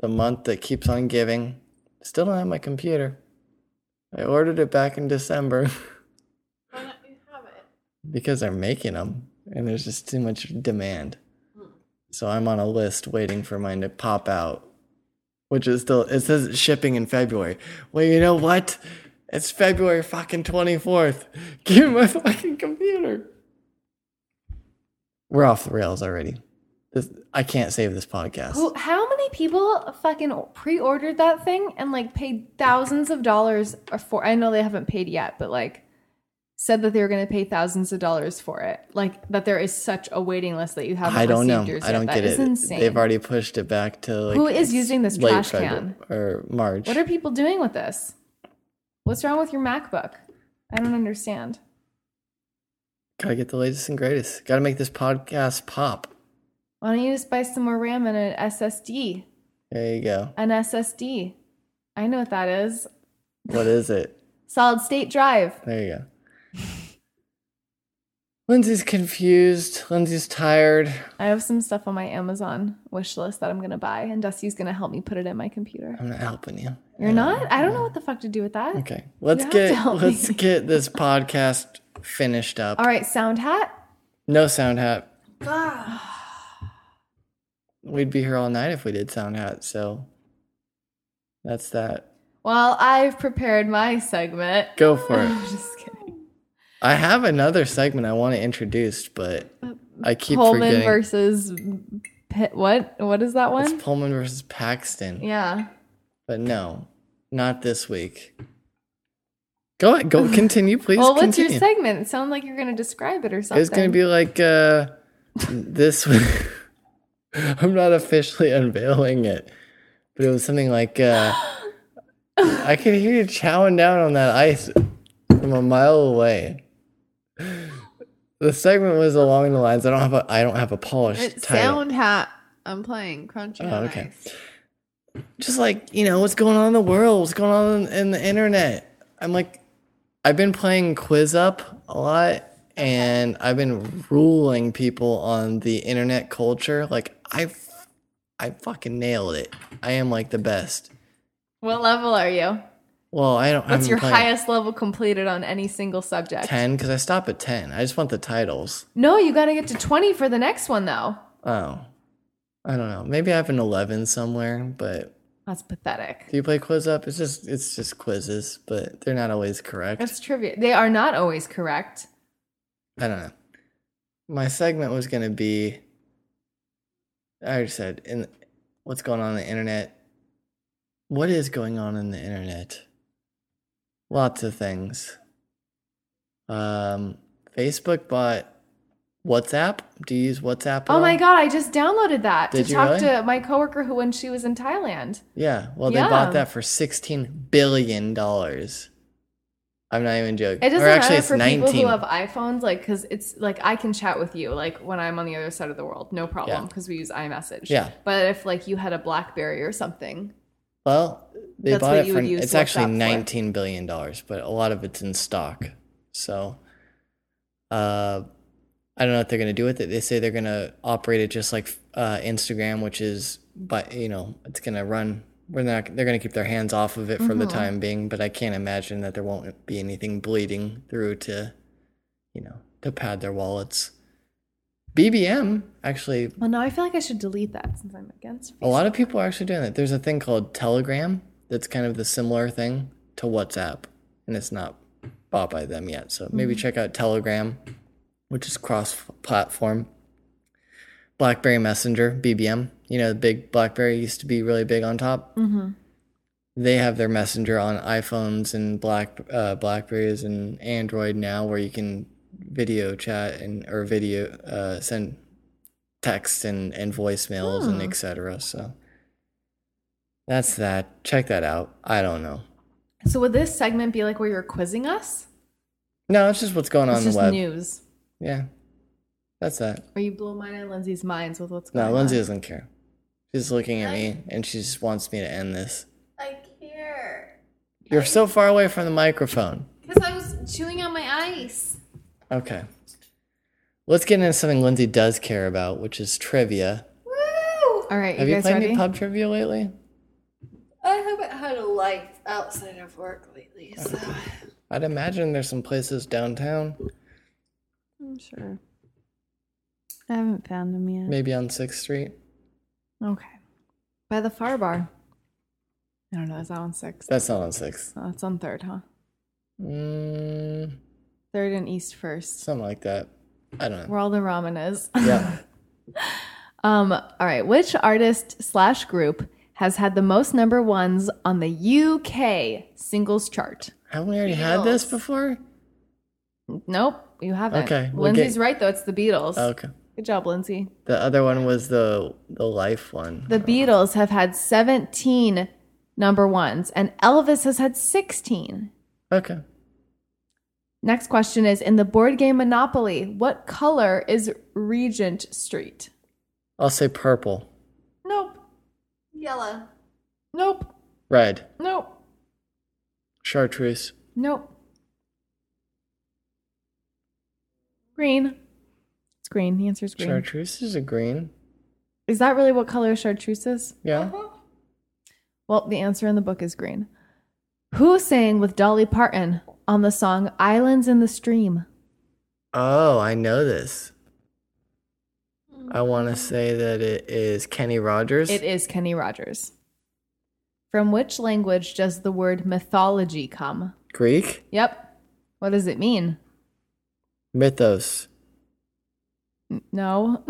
S1: The month that keeps on giving. Still don't have my computer. I ordered it back in December
S3: Why not you have it?
S1: because they're making them and there's just too much demand. So I'm on a list waiting for mine to pop out, which is still, it says it's shipping in February. Well, you know what? It's February fucking 24th. Give me my fucking computer. We're off the rails already. This, I can't save this podcast.
S2: Who, how many people fucking pre-ordered that thing and like paid thousands of dollars for? I know they haven't paid yet, but like said that they were going to pay thousands of dollars for it. Like that there is such a waiting list that you haven't.
S1: I don't know.
S2: received yours
S1: I don't
S2: yet.
S1: get
S2: That
S1: it.
S2: is Insane.
S1: They've already pushed it back to like
S2: Who is using this
S1: late
S2: trash
S1: February
S2: can?
S1: or March.
S2: What are people doing with this? What's wrong with your MacBook? I don't understand.
S1: Gotta get the latest and greatest. Gotta make this podcast pop.
S2: Why don't you just buy some more RAM and an SSD?
S1: There you go.
S2: An SSD. I know what that is.
S1: What is it?
S2: Solid state drive.
S1: There you go. Lindsay's confused. Lindsay's tired.
S2: I have some stuff on my Amazon wish list that I'm gonna buy, and Dusty's gonna help me put it in my computer.
S1: I'm not helping you.
S2: You're not? I don't know what the fuck to do with that.
S1: Okay. Let's
S2: have to
S1: get
S2: help
S1: let's
S2: me.
S1: get this podcast finished up.
S2: All right, sound hat.
S1: No sound hat. We'd be here all night if we did sound hat, so that's that.
S2: Well, I've prepared my segment.
S1: Go for it.
S2: Just kidding.
S1: I have another segment I want to introduce, but I keep
S2: Pullman
S1: forgetting.
S2: versus Pitt. What? What is that one?
S1: it's Pullman versus Paxton.
S2: yeah.
S1: But no, not this week. Go ahead, go continue, please.
S2: well, what's
S1: continue.
S2: your segment? It sounds like you're gonna describe it or something.
S1: It's gonna be like uh this week. I'm not officially unveiling it, but it was something like uh I could hear you chowing down on that ice from a mile away. The segment was along the lines I don't have a I don't have a polished
S3: It's
S1: title.
S3: Sound Hat. I'm playing Crunchy
S1: Oh,
S3: on
S1: okay.
S3: Ice.
S1: just like you know what's going on in the world what's going on in, in the internet i'm like i've been playing quiz up a lot and i've been ruling people on the internet culture like i i fucking nailed it i am like the best
S2: What level are you?
S1: well i don't I
S2: What's
S1: haven't
S2: your
S1: played
S2: highest level completed on any single subject?
S1: 10 because i stop at 10 i just want the titles
S2: No, you gotta get to twenty for the next one though.
S1: oh i don't know maybe i have an 11 somewhere but
S2: That's pathetic.
S1: do you play quiz up it's just it's just quizzes but they're not always correct
S2: That's trivia. They are not always correct.
S1: I don't know. My segment was gonna be. I already said in what's going on, in the internet. What is going on in the internet? Lots of things. Um, Facebook bought WhatsApp? Do you use WhatsApp? at
S2: Oh my
S1: all?
S2: god, I just downloaded that
S1: Did
S2: to
S1: you
S2: talk
S1: really?
S2: to my coworker who when she was in Thailand.
S1: Yeah. Well, they
S2: Yeah.
S1: bought that for sixteen billion dollars. I'm not even joking.
S2: It doesn't
S1: or actually,
S2: matter
S1: it's
S2: for people
S1: nineteen.
S2: who have iPhones, like because it's like I can chat with you like when I'm on the other side of the world, no problem,
S1: Yeah.
S2: because we use iMessage.
S1: Yeah.
S2: But if like you had a BlackBerry or something,
S1: well, they
S2: That's
S1: bought
S2: what
S1: it
S2: you
S1: for.
S2: would use
S1: It's actually
S2: WhatsApp for.
S1: nineteen billion dollars, but a lot of it's in stock. So, uh, I don't know what they're gonna do with it. They say they're gonna operate it just like uh, Instagram, which is, but you know, it's gonna run. We're not. They're gonna keep their hands off of it for the
S2: Mhm.
S1: time being. But I can't imagine that there won't be anything bleeding through to, you know, to pad their wallets. BBM actually.
S2: well, now I feel like I should delete that since I'm against.
S1: A lot of people are actually doing that. There's a thing called Telegram that's kind of the similar thing to WhatsApp, and it's not bought by them yet. So maybe check out Telegram, which is cross platform. Blackberry Messenger, BBM, you know, the big Blackberry used to be really big on top.
S2: Mhm.
S1: They have their Messenger on iPhones and Black uh, Blackberries and Android now, where you can video chat and or video uh, send texts and and voicemails and
S2: Hmm.
S1: etc. So that's that. Check that out. I don't know.
S2: So would this segment be like where you're quizzing us?
S1: No, it's just what's going on
S2: it's
S1: in
S2: just
S1: the web.
S2: news.
S1: Yeah, that's that.
S2: Or you blow mine and Lindsay's minds with what's going
S1: No,
S2: on.
S1: Lindsay doesn't care. She's looking at me and she just wants me to end this.
S3: I care.
S1: You're so far away from the microphone.
S3: Because I was chewing on my ice.
S1: Okay. Let's get into something Lindsay does care about, which is trivia.
S3: Woo!
S2: All right, you
S1: Have you,
S2: guys
S1: played
S2: ready?
S1: any pub trivia lately?
S3: I haven't had a life outside of work lately, so
S1: I'd imagine there's some places downtown,
S2: I'm sure. I haven't found them yet.
S1: maybe on 6th Street.
S2: Okay. By the far bar. I don't know. Is that on six?
S1: That's not on 6th.
S2: No, it's on third, huh?
S1: Mm,
S2: Third and East first.
S1: something like that. I don't know.
S2: Where all the ramen is.
S1: Yeah.
S2: um, all right. Which artist slash group has had the most number ones on the UK singles chart?
S1: Haven't we already had this before?
S2: Nope, you haven't.
S1: Okay, we'll
S2: Lindsay's
S1: get-
S2: right though, it's the Beatles.
S1: Oh, Okay.
S2: Good job, Lindsay.
S1: The other one was the the life one.
S2: The Beatles have had 17 number ones, and Elvis has had 16.
S1: Okay.
S2: Next question is In the board game Monopoly, what color is Regent Street?
S1: I'll say purple.
S2: Nope,
S3: yellow.
S2: nope,
S1: Red.
S2: nope,
S1: Chartreuse.
S2: nope. Green. It's green. The answer is green.
S1: Chartreuse is a green.
S2: Is that really what color chartreuse is?
S1: Yeah.
S2: Well, the answer in the book is green. Who sang with Dolly Parton on the song Islands in the Stream?
S1: Oh, I know this. I want to say that it is Kenny Rogers.
S2: Mm-hmm. It is Kenny Rogers. From which language does the word mythology come?
S1: Greek
S2: Yep. What does it mean?
S1: mythos.
S2: N- No,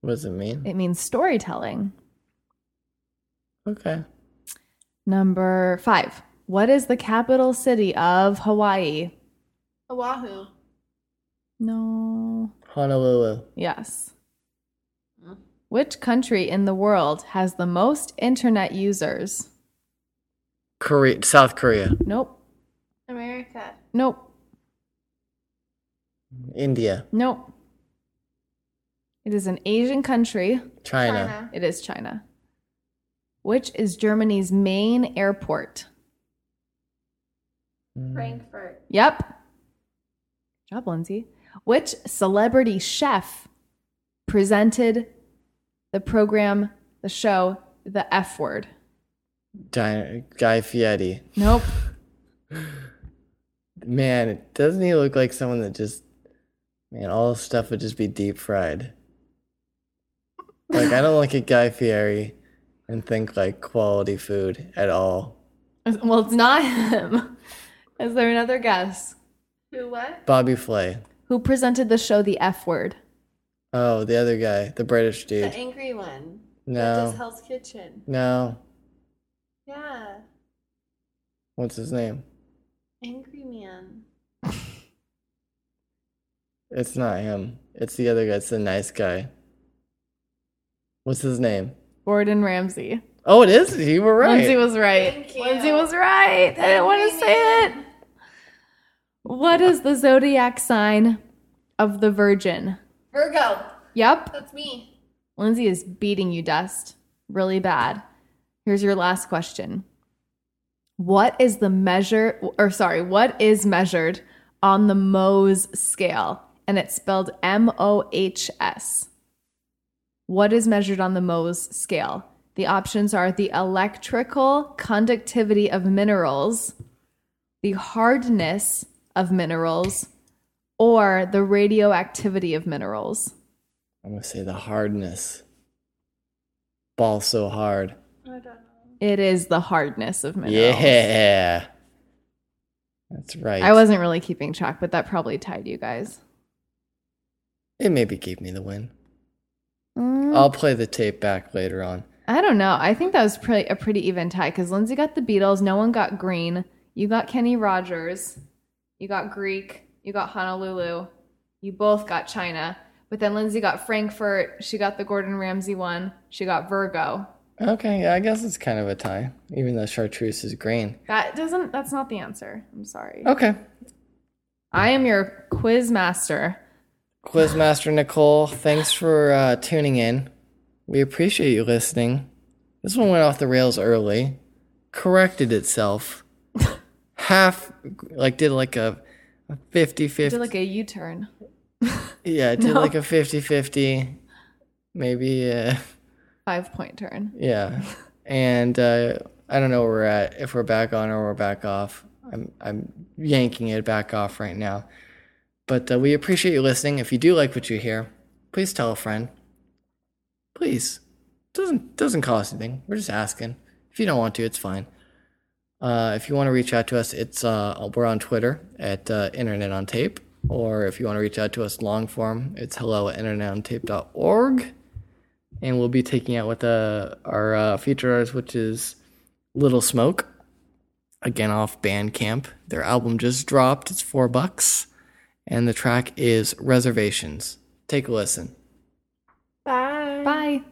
S1: What does it mean?
S2: it means storytelling.
S1: Okay.
S2: Number five. What is the capital city of Hawaii?
S3: Oahu.
S2: No.
S1: Honolulu.
S2: Yes. Which country in the world has the most internet users?
S1: Korea. South Korea.
S2: Nope.
S3: America.
S2: Nope.
S1: India.
S2: Nope. It is an Asian country.
S1: China.
S3: China.
S2: It is China. Which is Germany's main airport?
S3: Frankfurt.
S2: Yep. Good job, Lindsay. Which celebrity chef presented the program, the show, the F word?
S1: Di- Guy Fieri.
S2: Nope.
S1: Man, doesn't he look like someone that just. Man, all this stuff would just be deep fried. Like, I don't look at Guy Fieri and think like quality food at all.
S2: well, it's not him. Is there another guess?
S3: Who what?
S1: Bobby Flay.
S2: Who presented the show, the F word?
S1: Oh, the other guy, the British
S3: The
S1: dude.
S3: angry one. That does
S1: No.
S3: Hell's Kitchen.
S1: No.
S3: Yeah.
S1: What's his name?
S3: Angry man.
S1: It's not him. It's the other guy. It's the nice guy. What's his name?
S2: Gordon Ramsay.
S1: Oh, it is. You were right.
S2: Lindsay was right.
S3: Thank you.
S2: Lindsay was right. I didn't want to say it. What is the zodiac sign of the Virgin?
S3: Virgo.
S2: Yep.
S3: That's me.
S2: Lindsay is beating you, Dust, really bad. Here's your last question What is the measure, or sorry, what is measured on the Mohs scale? And it's spelled M O H S. What is measured on the Mohs scale? The options are the electrical conductivity of minerals, the hardness of minerals, or the radioactivity of minerals.
S1: I'm gonna say the hardness. Ball so hard.
S3: I don't know.
S2: It is the hardness of minerals.
S1: Yeah. That's right.
S2: I wasn't really keeping track, but that probably tied you guys.
S1: It maybe gave me the win.
S2: Mm,
S1: I'll play the tape back later on.
S2: I don't know. I think that was pretty a pretty even tie because Lindsay got the Beatles. No one got Green. You got Kenny Rogers. You got Greek. You got Honolulu. You both got China. But then Lindsay got Frankfurt. She got the Gordon Ramsay one. She got Virgo.
S1: Okay, yeah, I guess it's kind of a tie, even though chartreuse is green.
S2: That doesn't. That's not the answer. I'm sorry.
S1: Okay.
S2: I am your quiz master.
S1: Quizmaster Nicole, thanks for uh, tuning in. We appreciate you listening. This one went off the rails early, corrected itself. Half, like, did like a 50
S2: Do
S1: 50.
S2: like a U-turn.
S1: Yeah, it did
S2: No.
S1: like a 50 50. Maybe, uh,
S2: Five point turn.
S1: yeah. And uh, I don't know where we're at, if we're back on or we're back off. I'm, I'm yanking it back off right now. But uh, we appreciate you listening. If you do like what you hear, please tell a friend. Please. Doesn't doesn't cost anything. We're just asking. If you don't want to, it's fine. Uh, if you want to reach out to us, it's uh, we're on Twitter at uh, Internet on Tape, or if you want to reach out to us long form, it's hello at internetontape.org. And we'll be taking out with uh, our uh, feature artist, which is Little Smoke, again off Bandcamp. Their album just dropped. It's four bucks, and the track is Reservations. Take a listen.
S3: Bye.
S2: Bye.